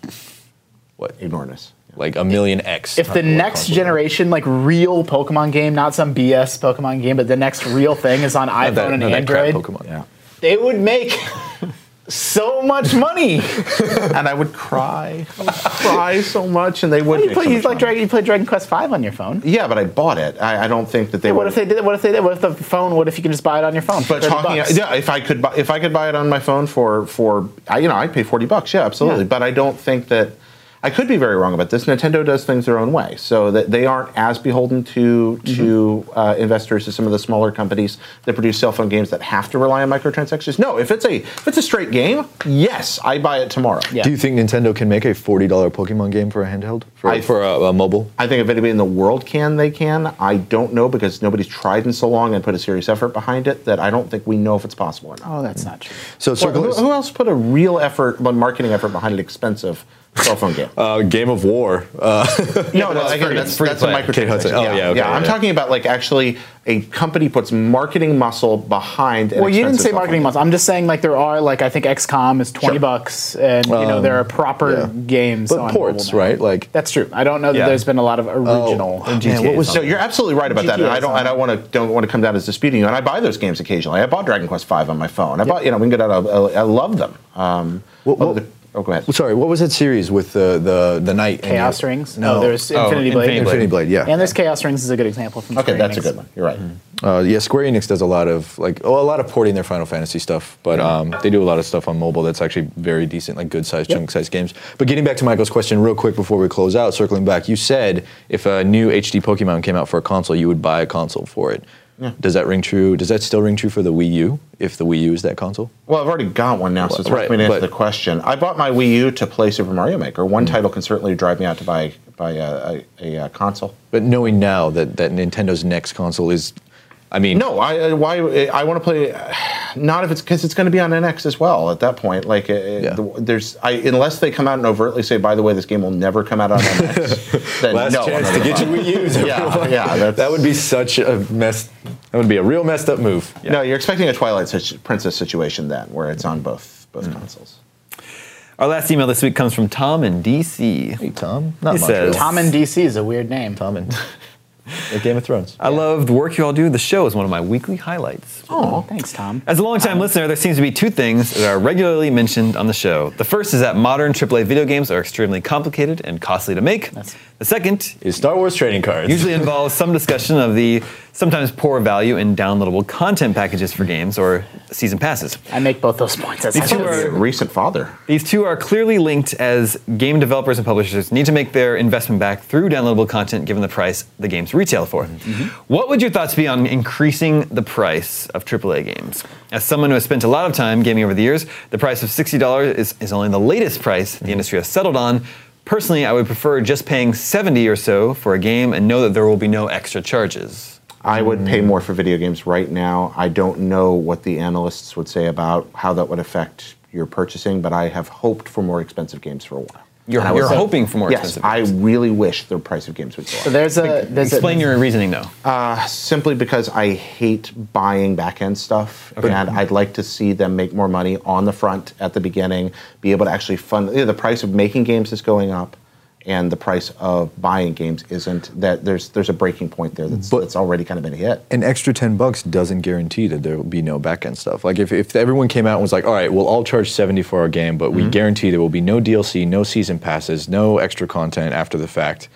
enormous.
like a million X.
if the next generation, like real Pokemon game, not some BS Pokemon game, but the next real thing is on iPhone and Android,
Pokemon.
Yeah.
they would make so much money.
and I would cry, I would cry so much, and they would.
You
make
play,
so
you
much
like
money.
Dragon, you play Dragon Quest Five on your phone.
Yeah, but I bought it. I, I don't think that they.
What
would,
if they did? What if they did? What if the phone? What if you can just buy it on your phone? for
But
30
talking,
bucks?
yeah, if I could, buy, if I could buy it on my phone for for, I, you know, I'd pay forty bucks. Yeah, absolutely.
Yeah.
But I don't think that. I could be very wrong about this. Nintendo does things their own way, so that they aren't as beholden to
Mm-hmm.
to uh, investors as some of the smaller companies that produce cell phone games that have to rely on microtransactions. No, if it's a if it's a straight game, yes, I buy it tomorrow.
Yeah.
Do you think Nintendo can make a forty dollar Pokemon game for a handheld for,
I-
for a, um, a mobile?
I think if anybody in the world can, they can. I don't know because nobody's tried in so long and put a serious effort behind it that I don't think we know if it's possible or not.
Oh, that's not true.
So
Well,
circle
who, who else put a real effort, a marketing effort behind an expensive cell phone game?
uh, Game of War.
no, no,
it's
again,
free.
that's,
It's free
that's a
play.
Kate
microchip.
Hudson. Oh, yeah, okay, yeah.
I'm talking about like actually a company puts marketing muscle behind. An
Well, you didn't
expensive
say
cell phone
marketing
game.
months. I'm just saying like there are like I think XCOM is twenty
Sure.
bucks, and you know there are proper
yeah.
games.
but
on
ports,
mobile now.
right? Like
That's true. I don't know that
Yeah.
there's been a lot of original.
Oh, man,
GTA
what was-
is on
So
there.
you're absolutely right about that, and
GTA
I don't,
is
and I want to don't want to come down as disputing you. And I buy those games occasionally. I bought Dragon Quest V on my phone. I bought, you know, we can go down. I, I love them. Um,
What-
oh,
what-
the- oh, go ahead.
sorry, what was that series with the the the knight? and
Chaos
the-
Rings.
No,
there's
Oh,
Infinity Blade.
Infinity
Infinity Blade. Yeah,
And there's Chaos Rings is a good example from.
Okay,
Square
that's a
Enix.
good one. You're right.
Uh, yeah, Square Enix does a lot of like oh, a lot of porting their Final Fantasy stuff, but um, they do a lot of stuff on mobile that's actually very decent, like good sized, chunk sized games. But getting back to Michael's question real quick before we close out, circling back, you said if a new HD Pokemon came out for a console, you would buy a console for it. Does that ring true? Does that still ring true for the Wii U? If the Wii U is that console?
Well, I've already got one now, so it's hard
Right,
for me to answer
but- Mm.
the question. I bought my Wii U to play Super Mario Maker. One title can certainly drive me out to buy buy a, a, a uh, console.
But knowing now that that Nintendo's next console is, I mean,
No, I I- why I want to play. Not if it's because it's going to be on NX as well. At that point, like uh,
Yeah.
the, there's I, unless they come out and overtly say, by the way, this game will never come out on NX. then
Last
no, I'm
chance
not
to
gonna
get
buy
your
it.
Wii U's.
Yeah, yeah, that's-
that would be such a mess. That would be a real messed up move. Mm.
No, you're expecting a Twilight Sit- Princess situation then, where it's on both both consoles.
Our last email this week comes from Tom in DC.
Hey, Tom. Not
He
Montreal.
says-
Tom in DC is a weird name.
Tom and like Game of Thrones.
I love the work you all do. The show is one of my weekly highlights.
Oh, thanks, Tom.
As a longtime listener, there seems to be two things that are regularly mentioned on the show. The first is that modern AAA video games are extremely complicated and costly to make. the second
Is Star Wars trading cards?
usually involves some discussion of the sometimes poor value in downloadable content packages for games or season passes.
I make both those points. That's
These two
how it is.
are-
Recent father.
These two are clearly linked as game developers and publishers need to make their investment back through downloadable content given the price the games retail for. What would your thoughts be on increasing the price of AAA games? As someone who has spent a lot of time gaming over the years, the price of $60 is, is only the latest price the industry has settled on. Personally, I would prefer just paying 70 or so for a game and know that there will be no extra charges.
I would pay
Mm.
more for video games right now. I don't know what the analysts would say about how that would affect your purchasing, but I have hoped for more expensive games for a while.
You're,
And I would
you're
say-
hoping for more
Yes,
expensive.
I really wish the price of games would go up.
So there's a there's a,
Explain your reasoning though.
simply because I hate buying back end stuff, and I'd like to see them make more money on the front at the beginning, be able to actually fund. you know, the price of making games is going up, and the price of buying games isn't. That there's there's a breaking point there that's, that's already kind of been hit.
an extra 10 bucks doesn't guarantee that there will be no back end stuff. Like if, if everyone came out and was like, all right, we'll all charge 70 for our game, but we guarantee there will be no DLC, no season passes, no extra content after the fact.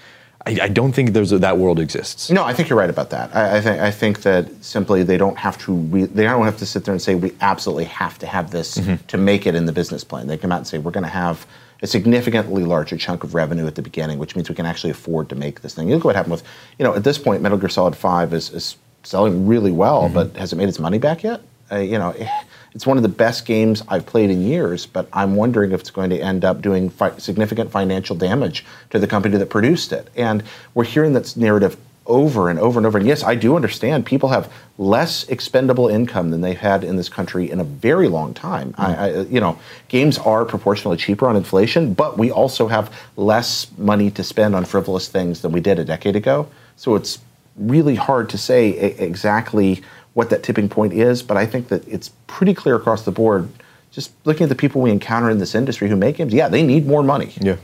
I, I don't think there's a, that world exists.
No, I think you're right about that. I, I think I think that simply they don't have to re- they don't have to sit there and say we absolutely have to have this to make it in the business plan. They come out and say we're going to have a significantly larger chunk of revenue at the beginning, which means we can actually afford to make this thing. You look what happened with you know at this point Metal Gear Solid Five is, is selling really well, but has it made its money back yet? Uh, you know. It's one of the best games I've played in years, but I'm wondering if it's going to end up doing fi- significant financial damage to the company that produced it. And we're hearing this narrative over and over and over. And yes, I do understand people have less expendable income than they've had in this country in a very long time. I, I, uh, you know, games are proportionally cheaper on inflation, but we also have less money to spend on frivolous things than we did a decade ago. So it's really hard to say e- exactly what that tipping point is, but I think that it's pretty clear across the board. Just looking at the people we encounter in this industry who make games, yeah, they need more money.
Yeah.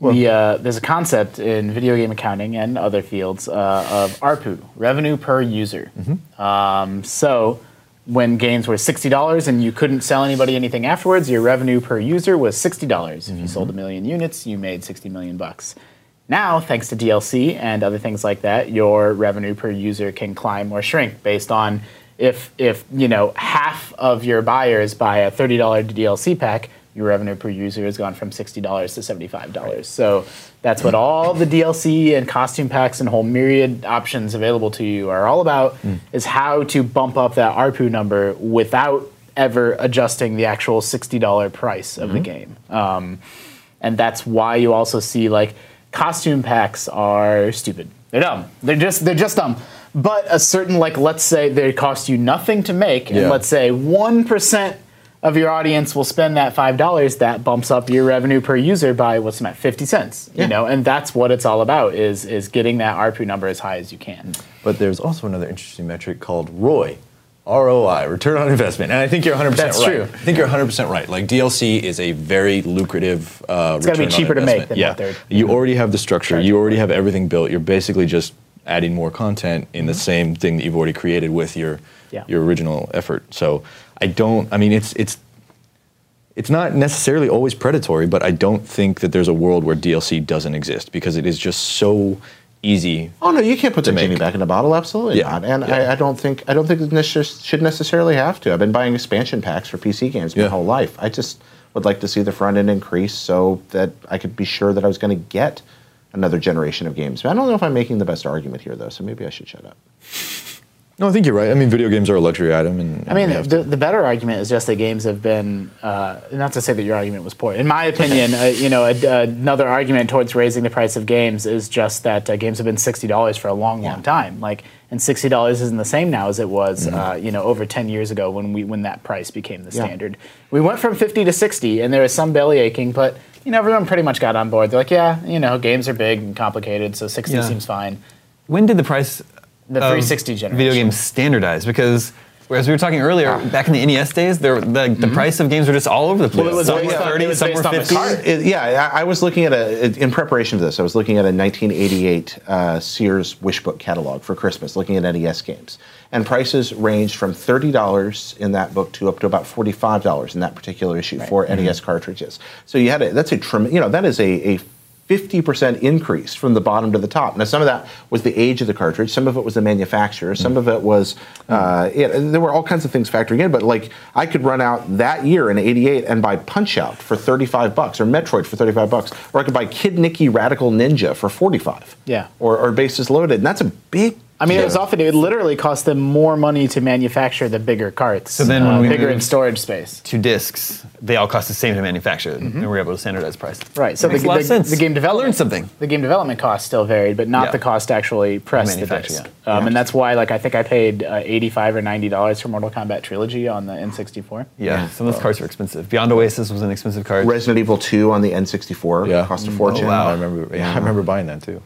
we, uh, there's a concept in video game accounting and other fields uh, of ARPU, revenue per user. Um, so when games were $60 and you couldn't sell anybody anything afterwards, your revenue per user was $60. dollars If you sold a million units, you made 60 million bucks. Now, thanks to DLC and other things like that, your revenue per user can climb or shrink based on if if you know half of your buyers buy a thirty dollar DLC pack, your revenue per user has gone from sixty dollars to seventy five dollars. So that's what all the DLC and costume packs and whole myriad options available to you are all about is how to bump up that ARPU number without ever adjusting the actual sixty dollar price of the game. Um, and that's why you also see like costume packs are stupid. They're dumb. They're just they're just dumb. But a certain like let's say they cost you nothing to make, and
Yeah.
let's say one percent of your audience will spend that five dollars. That bumps up your revenue per user by what's that fifty cents. You know, and that's what it's all about is is getting that ARPU number as high as you can.
But there's also another interesting metric called ROI. ROI, return on investment. And I think you're 100%
That's
right.
true.
I think you're 100% right. Like DLC is a very lucrative uh It's
gotta be cheaper to make than
yeah.
what they're-
You already have the structure, you already have everything built. You're basically just adding more content in the same thing that you've already created with your
Mm-hmm. Yeah.
your original effort. So I don't I mean it's it's it's not necessarily always predatory, but I don't think that there's a world where DLC doesn't exist because it is just so easy.
Oh no, you can't put the
make.
genie back in the bottle. Absolutely
Yeah,
not. And I,
yeah.
I don't think I don't think it necess- should necessarily have to. I've been buying expansion packs for PC games my
Yeah.
whole life. I just would like to see the front end increase so that I could be sure that I was going to get another generation of games. But I don't know if I'm making the best argument here though, so maybe I should shut up.
No, I think you're right. I mean, video games are a luxury item, and
I mean, the, the better argument is just that games have been. Uh, not to say that your argument was poor. In my opinion, uh, you know, a, another argument towards raising the price of games is just that uh, games have been sixty dollars for a long, long time. Like, and sixty dollars isn't the same now as it was,
Mm-hmm.
uh, you know, over ten years ago when we when that price became the
Yeah.
standard. We went from fifty to sixty, and there was some belly aching, but you know, everyone pretty much got on board. They're like, yeah, you know, games are big and complicated, so sixty
Yeah. Um,
seems fine.
When did the price
The
of
360 generation.
video games standardize because Whereas we were talking earlier, back in the NES days, there, the, the price of games were just all over the place.
it was
some
based
were
on- it
30,
was
some were
based on the
50.
cart.
It- yeah, I, I was looking at a in preparation for this. I was looking at a 1988 uh, Sears wish book catalog for Christmas, looking at NES games, and prices ranged from thirty dollars in that book to up to about forty five dollars in that particular issue for NES cartridges. So you had a, that's a trem- you know that is a, a 50% increase from the bottom to the top. Now, some of that was the age of the cartridge, some of it was the manufacturer, some
Mm-hmm.
of it was, uh, yeah, there were all kinds of things factoring in, but like I could run out that year in 88 and buy Punch Out for 35 bucks, or Metroid for 35 bucks, or I could buy Kid Nicky Radical Ninja for 45.
Yeah.
Or, or Bases Loaded, and that's a big.
I mean, it was often it would literally cost them more money to manufacture the bigger carts, so
then when we
bigger in
moved-
storage space.
Two discs, they all cost the same to manufacture, and we were able to standardize price.
Mm-hmm. Right. So
Makes
the,
a lot
the,
of sense.
the game development
Learn something.
The game development cost still varied, but not
Yeah.
the cost to actually press the
Manufacture,
disc. Um, and that's why, like, I think I paid uh, eighty-five or ninety dollars for Mortal Kombat Trilogy on the N sixty-four.
Yeah, some of those carts were expensive. Beyond Oasis was an expensive cart.
Resident Evil 2 on the N64
Yeah.
cost a fortune.
Oh, wow.
I remember. Yeah, I remember buying that too.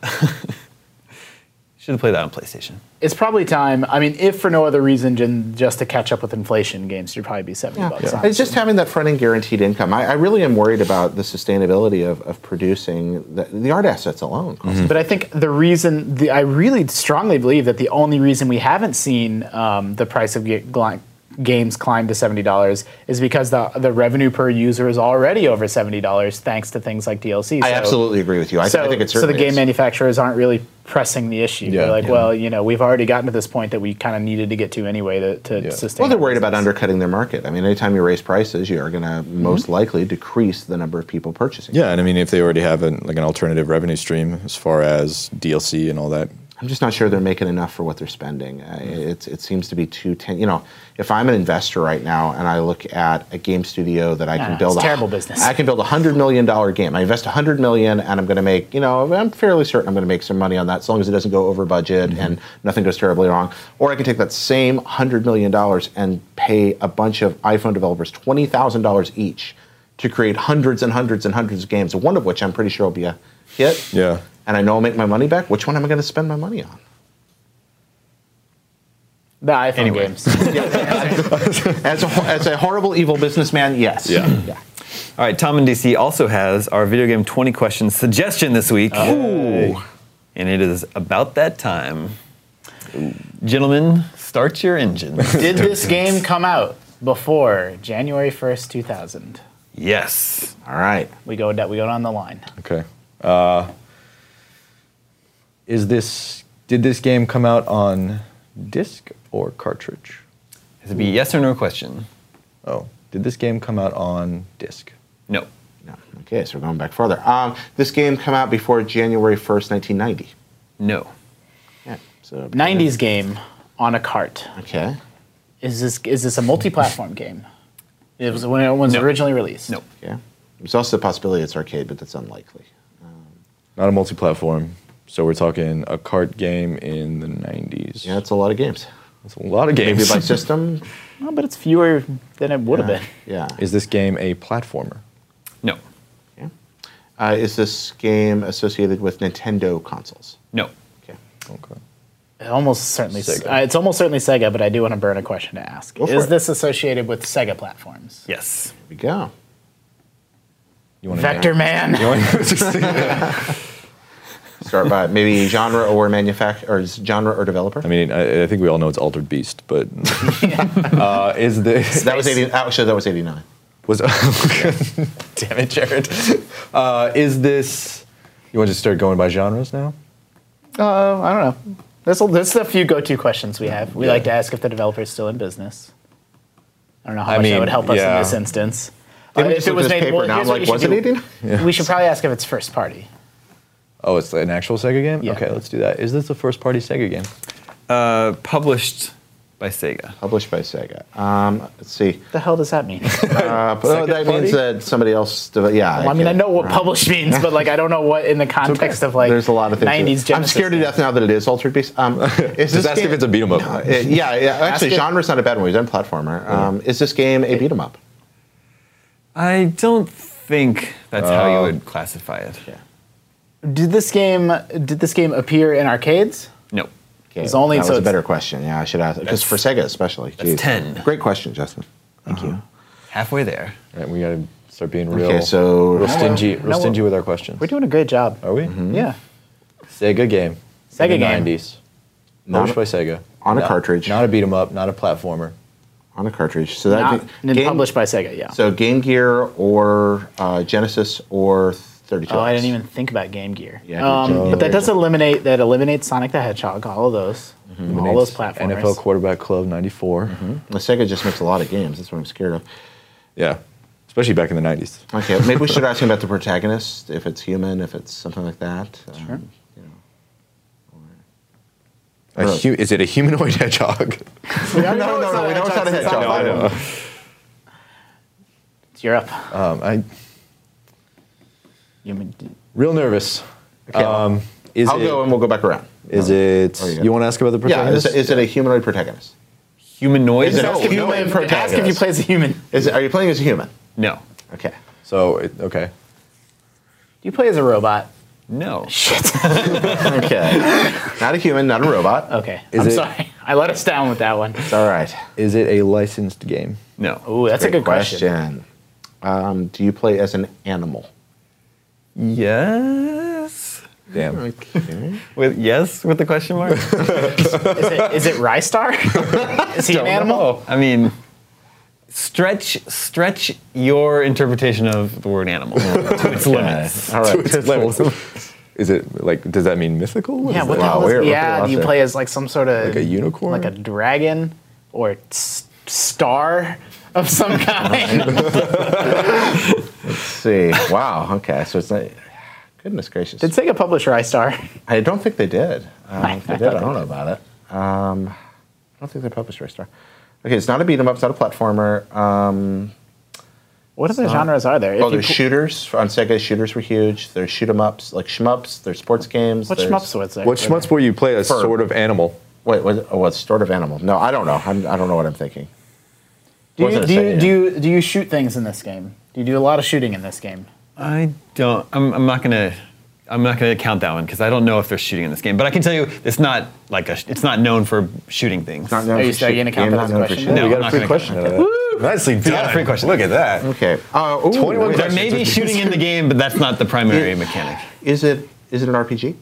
Should have played that on PlayStation.
It's probably time. I mean, if for no other reason, than just to catch up with inflation, games should probably be seventy bucks.
Yeah.
honestly.
It's just having that front end guaranteed income. I, I really am worried about the sustainability of, of producing the, the art assets alone. cost
But I think the reason, the, I really strongly believe that the only reason we haven't seen um, the price of ga- gli- games climb to $70 is because the, the revenue per user is already over $70 thanks to things like DLC.
I
So-
absolutely agree with you. I, th-
So,
I think it's
so the
certainly
game
is.
manufacturers aren't really pressing the issue. They're
Yeah,
like,
yeah.
well, you know, we've already gotten to this point that we kind of needed to get to anyway to, to
Yeah.
sustain.
Well, they're
our
worried about
business.
undercutting their market. I mean, anytime you raise prices, you are going to most likely decrease the number of people purchasing.
Yeah, and I mean, if they already have an, like an alternative revenue stream as far as DLC and all that,
I'm just not sure they're making enough for what they're spending. Uh, it's, it seems to be too ten. You know, if I'm an investor right now and I look at a game studio that I
Yeah,
can build,
Ah, it's
a-
terrible business.
I can build a hundred million dollar game. I invest a hundred million, and I'm going to make. You know, I'm fairly certain I'm going to make some money on that, as long as it doesn't go over budget and nothing goes terribly wrong. Or I can take that same hundred million dollars and pay a bunch of iPhone developers twenty thousand dollars each to create hundreds and hundreds and hundreds of games. One of which I'm pretty sure will be a hit.
Yeah.
And I know I'll make my money back. Which one am I going to spend my money on?
the iPhone
Anyway.
games.
As a, as a horrible, evil businessman, yes.
Yeah.
yeah.
All right, Tom in DC also has our video game 20 question suggestion this week. And it is about that time. Gentlemen, start your engines.
Did this game come out before January first, two thousand?
yes.
All right.
We go da- we go down the line.
okay. Uh, is this did this game come out on disc or cartridge?
Has it be yes or no question?
Oh, did this game come out on disc?
No.
No. Okay, so we're going back further. Um, this game come out before January 1st, 1990.
No.
Yeah. So
Nineties game on a cart.
Okay.
Is this is this a multi-platform game? It was when it was
No.
originally released.
No.
Yeah. There's also the possibility it's arcade, but that's unlikely.
Not a multi-platform. So we're talking a cart game in the 90s.
Yeah, that's a lot of games.
That's a lot of
Maybe
games.
by system.
No, Oh, but it's fewer than it would have been.
Yeah.
is this game a platformer?
No.
Okay. Uh, is this game associated with Nintendo consoles?
No.
Okay.
Okay.
It almost certainly
Sega.
uh, it's almost certainly Sega, but I do want to burn a question to ask.
for
Is
it.
this associated with Sega platforms?
Yes.
Here we go.
You want
Vector Man.
Start by maybe genre or manufacturer, or genre or developer.
I mean, I, I think we all know it's Altered Beast, but uh, is this
that was 80, actually, that was 89.
was damn it, Jared? Uh, is this? You want to start going by genres now?
Uh, I don't know. This this is a few go-to questions we have. We
Yeah.
like to ask if the developer is still in business. I don't know how
I
much that
mean,
would help us
yeah.
in this instance.
Didn't
Uh,
we just look at this paper now?
here's what
I'm like,
you should
was it
do.
89?
We should probably ask if it's first party.
Oh, it's an actual Sega game.
Yeah.
Okay, let's do that. Is this a first-party Sega game?
Uh, published by Sega.
Published by Sega. Um, let's see.
The hell does that mean?
Uh, but- oh, that means that somebody else. Dev- yeah.
Well, I mean, I
get it.
know what published means, but like, I don't know what in the context of like
There's a lot of things.
90s
that- I'm
Genesis
scared to
game.
death now that it is Altered Beast. Um, is
Just ask if it's a beat 'em up.
Uh, yeah, yeah. Actually,
if-
genre's not a bad one. We've done platformer. Um, is this game a beat 'em up?
I don't think that's how
Oh.
you would classify it.
Did this game did this game appear in arcades?
No.
Okay,
It's only
that
so
was a
it's-
better question. Yeah, I should ask because for Sega especially.
that's
geez.
10.
Great question, Justin. Thank you.
Halfway there.
Right, we gotta start being real.
Okay, so-
real stingy,
No,
real
we're-
stingy with our questions.
We're doing a great job. Mm-hmm.
Are we?
Yeah.
Sega game.
Sega game.
Nineties. Published by Sega.
on a
Not-
cartridge.
Not a beat 'em up. Not a platformer.
On a cartridge, so that
Not,
game,
and published by Sega, yeah.
So Game Gear or uh, Genesis or 32.
oh, I didn't even think about Game Gear.
Yeah,
um,
Game
but that
Gear.
does eliminate that eliminates Sonic the Hedgehog, all of those, all those platforms.
NFL quarterback club '94.
The Mm-hmm. Sega just makes a lot of games. That's what I'm scared of.
Yeah, especially back in the '90s.
Okay, maybe we should ask him about the protagonist, if it's human, if it's something like that. Sure. you know.
A
Really?
hu- is it a humanoid hedgehog?
no,
No, no, no, we know it's not a hedgehog.
I know.
It's Europe.
Um, I
You mean-
real nervous.
Okay,
Um, is
I'll
it?
go and we'll go back around.
is it?
Oh, yeah.
You want to ask about the
Yeah, is,
protagonist?
is it a humanoid protagonist?
Humanoid?
Is it
ask, if you
no,
play,
protagonist.
ask if you play as a human. Do
Is it, are you playing as a human?
No.
Okay.
so it, okay.
you play as a robot?
No.
Shit.
Okay. not a human, not a robot.
Okay.
Is
I'm
it-
sorry. I let us down with that one.
It's all right.
Is it a licensed game?
No.
Ooh, that's a
Great
good question.
question. Um, do you play as an animal?
Yes.
Damn.
Okay.
With yes with the question mark?
Is it, is it Rystar? is he an animal?
Oh, I mean stretch stretch your interpretation of the word animal to its limits.
All right.
is it like? Does that mean mythical? What
Yeah,
is
what
that?
the
Wow,
hell is
we're- we're
Yeah,
out
do you
there.
play as like some sort of
Like a unicorn?
like a dragon or s- star of some kind?
Let's see. Wow. Okay. So it's like, goodness gracious.
Did Sega publish Rystar?
I don't think they did. Um, if they
I
did,
thought
I don't know about it. Um, I don't think they published Race Star. Okay, it's not a beat 'em up. It's not a platformer. Um,
What other genres are there? If
oh,
you
there's
pl-
shooters on Sega. Shooters were huge. There's shoot 'em ups, like shmups. There's sports games.
what
there's-
shmups was there?
What schmutz where you play a
Fur.
sort of animal?
Wait, what? Oh, what sort of animal? No, I don't know. I'm, I don't know what I'm thinking.
Do you,
Wasn't a
do,
Sega
you,
game.
do, you, do you shoot things in this game? Do you do a lot of shooting in this game?
I don't I'm, I'm not gonna I'm not going to count that one because I don't know if they're shooting in this game. But I can tell you, it's not like a. It's not known for shooting things.
Not known
Are you
for
still
shoot-
gonna count
game,
that
not
as a
known for
question?
shooting.
No.
we got
I'm
a
not
free
gonna
question out
count
of that. Nicely done.
got a free question.
Look at that.
Okay. Uh, ooh,
21
there may be shooting in the game, but that's not the primary mechanic.
Is it is it an RPG?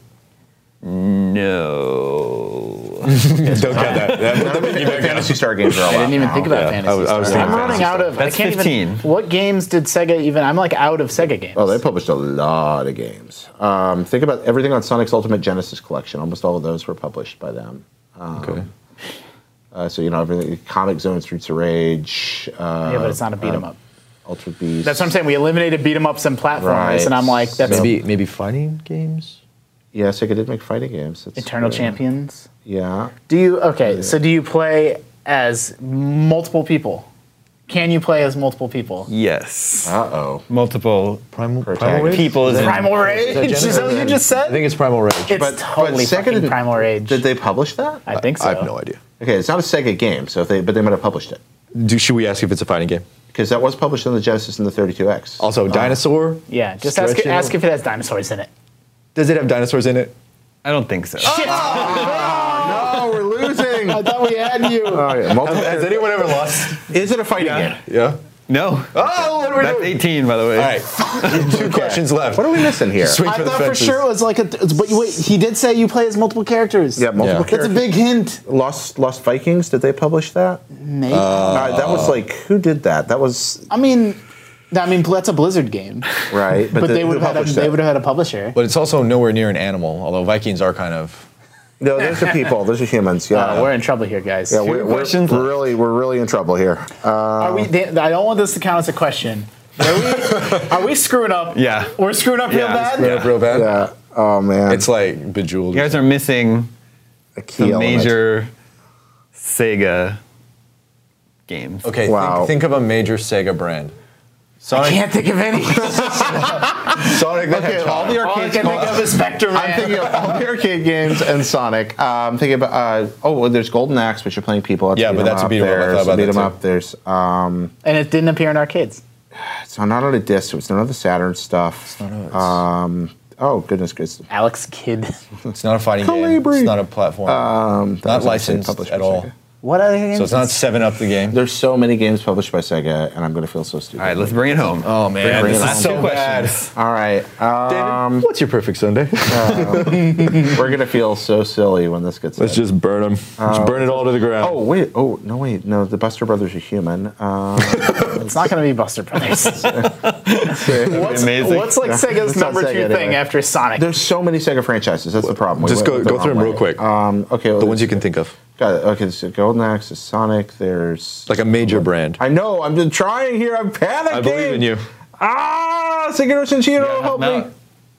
No.
Don't count that. that.
Fantasy Star games are all
I didn't even think about
yeah.
Fantasy
I was- I
Star.
was
I'm
thinking
running
Fantasy
out
Star.
of.
That's
I can't
15.
Even, what games did Sega even? I'm like out of Sega games.
Oh, they published a lot of games. Um, think about everything on Sonic's Ultimate Genesis collection. Almost all of those were published by them. Um,
Okay.
uh, so you know everything: Comic Zone, Streets of Rage, uh,
yeah, but it's not a beat 'em up.
Ultra Beast.
That's what I'm saying. We eliminated beat 'em ups and platformers,
Right.
and I'm like, that's
Maybe maybe fighting games.
Yeah, Sega did make fighting games. That's
Eternal
yeah.
Champions.
Yeah.
Do you okay? So do you play as multiple people? Can you play as multiple people?
Yes.
Uh oh.
Multiple
Primal, primal
Protagonist.
Rage?
people. Is in-
Primal Rage. Is
Genesis?
that what you just
I
said?
think it's Primal Rage.
it's totally
Sega
fucking
didn't-
Primal Rage.
Did they publish that?
I think so.
I have no idea.
Okay, it's not a Sega game, so if they but they might have published it
Do, should we ask if it's a fighting game?
because that was published on the Genesis and the 32X.
Also, dinosaur.
Yeah, just ask,
Stretching.
ask if it has dinosaurs in it.
Does it have dinosaurs in it?
I don't think so.
oh, we're losing.
I thought we had you.
Oh, yeah, multiple-
Has anyone ever lost?
Is it a fighting
Yeah.
game?
Yeah.
No.
Oh, what are we
That's
doing?
18, by the way.
All right. Two questions left.
What are we missing here?
Swing
I
for the
thought for
fences.
sure it was like a. But wait, he did say you play as multiple characters.
Yeah, multiple
Yeah.
That's a
characters.
big hint.
Lost Lost Vikings. Did they publish that?
Maybe.
Uh, that was like who did that? That was
I mean, I mean that's a Blizzard game,
right.
but
the-
they
who
would have had a,
published
they
that?
would have had a publisher.
But it's also nowhere near an animal, although Vikings are kind of.
No, those are people. Those are humans. Yeah.
Uh, we're in trouble here, guys.
yeah, we're, we're,
questions
we're
left.
really we're really in trouble here. Uh,
Are we? They, I don't want this to count as a question. Are we, are we screwing up?
Yeah.
We're screwing up real
Yeah.
bad.
Yeah.
Real bad.
yeah. Oh man,
It's like bejeweled.
You guys are missing
a key
some
element.
major Sega games.
Okay, think-
Wow.
think, of a major Sega brand.
I
Sonic,
can't think of any.
Sonic the
Okay,
Hedgehog.
all the
All I
arcade.
can think of is Spectrum
I'm
Man.
thinking of all the arcade games and Sonic. Uh, I'm thinking about uh, oh, well, there's Golden Axe, which you're playing people.
Yeah, but that's a beat 'em up. I thought about
beat
that
'em
too.
up. There's um,
and it didn't appear in arcades.
so not on a disc. It's none of the Saturn stuff.
None of it's-
Um, Oh goodness gracious!
Alex Kidd.
It's not a fighting game.
Calibri.
It's not a platform.
Uh,
That
not
was actually
licensed
published
at
by
all.
Sega.
what other games?
So it's not seven up the game.
There's so many games published by Sega, and I'm going to feel so stupid.
All right, let's bring it home.
Oh man,
Bring it
this
on.
is so
Two
bad.
questions.
All right,
David,
um,
what's your perfect Sunday?
we're going to feel so silly when this gets.
Let's
said.
just burn them. Let's burn it all to the ground.
Oh wait! Oh no! Wait! No, the Buster Brothers are human. Um,
It's not going to be Buster Brothers. what's,
amazing.
what's like Sega's
It's not
number
Sega
two
anyway.
thing after Sonic?
there's so many Sega franchises. That's the problem. We went
Just go-
with the
go through
wrong
them real
way.
quick.
Um, okay,
the ones you can think of,
Got it. Okay, so Golden Axe, there's Sonic. There's
like a major brand.
I know. I'm just trying here. I'm panicking.
I believe in you.
Ah, Shigeru Shinshiro, help
Mount-
me.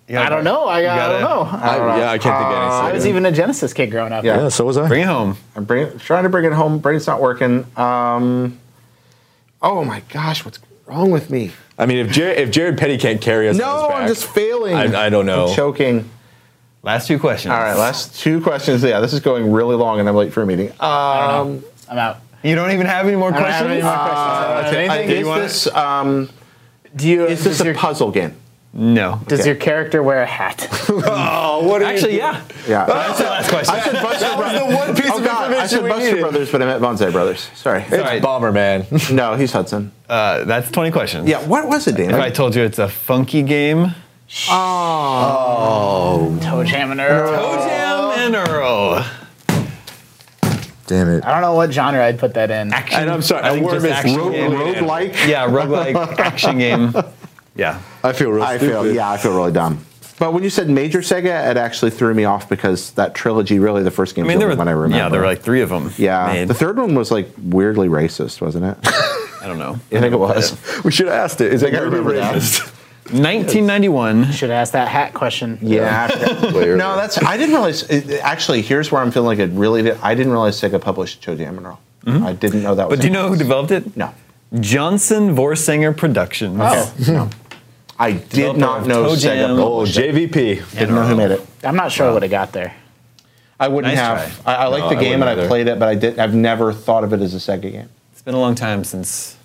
you gotta
I don't
go.
know. I,
You
I
gotta
don't know. Uh,
I, yeah, I can't
I
think of
was
anything.
even a Genesis kid growing up.
Yeah.
Yeah, so was I.
Bring it home.
I'm bring, trying to bring it home. Brain's not working. Um, oh my gosh, what's wrong with me?
I mean, if Jared, if Jared Petty can't carry us, on
No,
his back,
I'm just failing.
I, I don't know.
I'm choking.
Last two questions.
All right, last two questions. Yeah, this is going really long, and I'm late for a meeting. Um,
I'm out. Uh,
You don't even have any more
I don't have any
questions? Uh,
more questions.
I-
Anything?
is this um,
do you,
is this
does,
a
your,
puzzle game?
no.
does your character wear a hat?
oh, what?
Actually, yeah.
Yeah.
That's the last question.
I said Buster Brothers.
the one piece
Oh
of
God, I
information
said
we
Buster
needed.
Brothers, but I meant Bonsai Brothers. Sorry.
Sorry.
It's bomber man.
No, he's Hudson.
Uh, that's 20 questions.
Yeah, what was it, Dan?
If I told you it's a funky game,
Toe jam and Earl.
Ojam and Earl.
Damn it.
I don't know what genre I'd put that in.
And I'm sorry,
I
I
think
word
just
is
action
rogue-
game.
roguelike.
Yeah, roguelike action game. Yeah.
I feel real
I
stupid.
feel yeah, I feel really dumb. But when you said major Sega, it actually threw me off because that trilogy really the first game
I mean, there were
one I remember.
yeah, there were like three of them.
yeah.
made.
The third one was like weirdly racist, wasn't it?
I don't know.
I think it was.
We should have asked it. Is it
I
going to be
remember that.
racist?
1991.
Should ask that hat question.
Yeah. no, that's I didn't realize. it- it- Actually, here's where I'm feeling like it really. Did, I didn't realize Sega published Joe Jam and Earl. I didn't know that.
Mm-hmm.
was
But do you
a-
know who developed it?
No,
Johnson Vorsanger Productions.
Oh,
I did
Developer
not
of
know
Toe
Sega.
Jam.
Oh,
Published. it.
JVP.
Didn't know who made it.
I'm not sure I would have got there.
I wouldn't
Nice
have. I, I like the
I
game and
wouldn't
I
either.
played it, but I did. I've never thought of it as a Sega game.
It's been a long time since.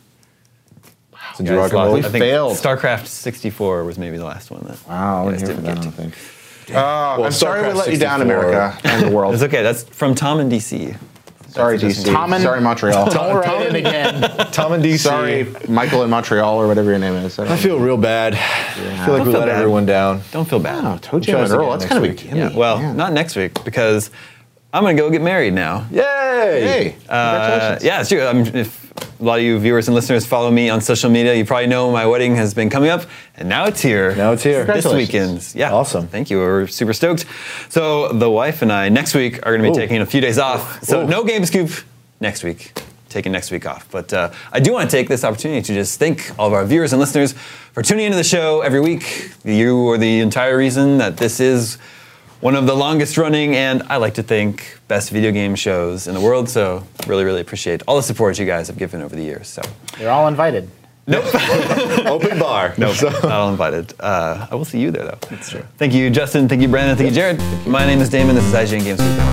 Since
guys
rock and
lost.
roll.
We
I think
failed.
StarCraft 64 was maybe the last one. That
Wow, I
you
wasn't
guys
here for
didn't
that. I
get
don't think. Oh,
Well,
I'm sorry we
StarCraft
let you down,
64.
America and the
to.
world.
It's okay. That's from Tom in DC.
sorry, DC.
Tom and-
sorry, Montreal.
Don't write it again.
Tom and DC.
sorry, Michael in Montreal or whatever your name is. I, don't
I feel real bad. I feel
Don't
like we
feel
let
bad.
everyone down.
Don't feel bad.
know. Toe
Try
Jam
us
and Earl.
again
That's kind of a
next
gimme.
Yeah, well,
man.
not next week because I'm gonna go get married now.
Yay!
Hey,
Uh,
congratulations.
yeah, it's true. I'm, if a lot of you viewers and listeners follow me on social media, you probably know my wedding has been coming up, and now it's here.
Now it's here.
This
Congratulations.
weekend's. Yeah.
Awesome.
Thank you. We're super stoked. So the wife and I next week are going to be
Ooh.
taking a few days off. So
Ooh.
no game scoop next week. Taking next week off. But uh, I do want to take this opportunity to just thank all of our viewers and listeners for tuning into the show every week. You are the entire reason that this is one of the longest running and I like to think best video game shows in the world. So really, really appreciate all the support you guys have given over the years. So
You're all invited.
Open bar.
no, not all invited. Uh, I will see you there though. That's true. Thank you, Justin. Thank you, Brandon. Thank you, Jared. My name is Damon. This is IGN Games. Group.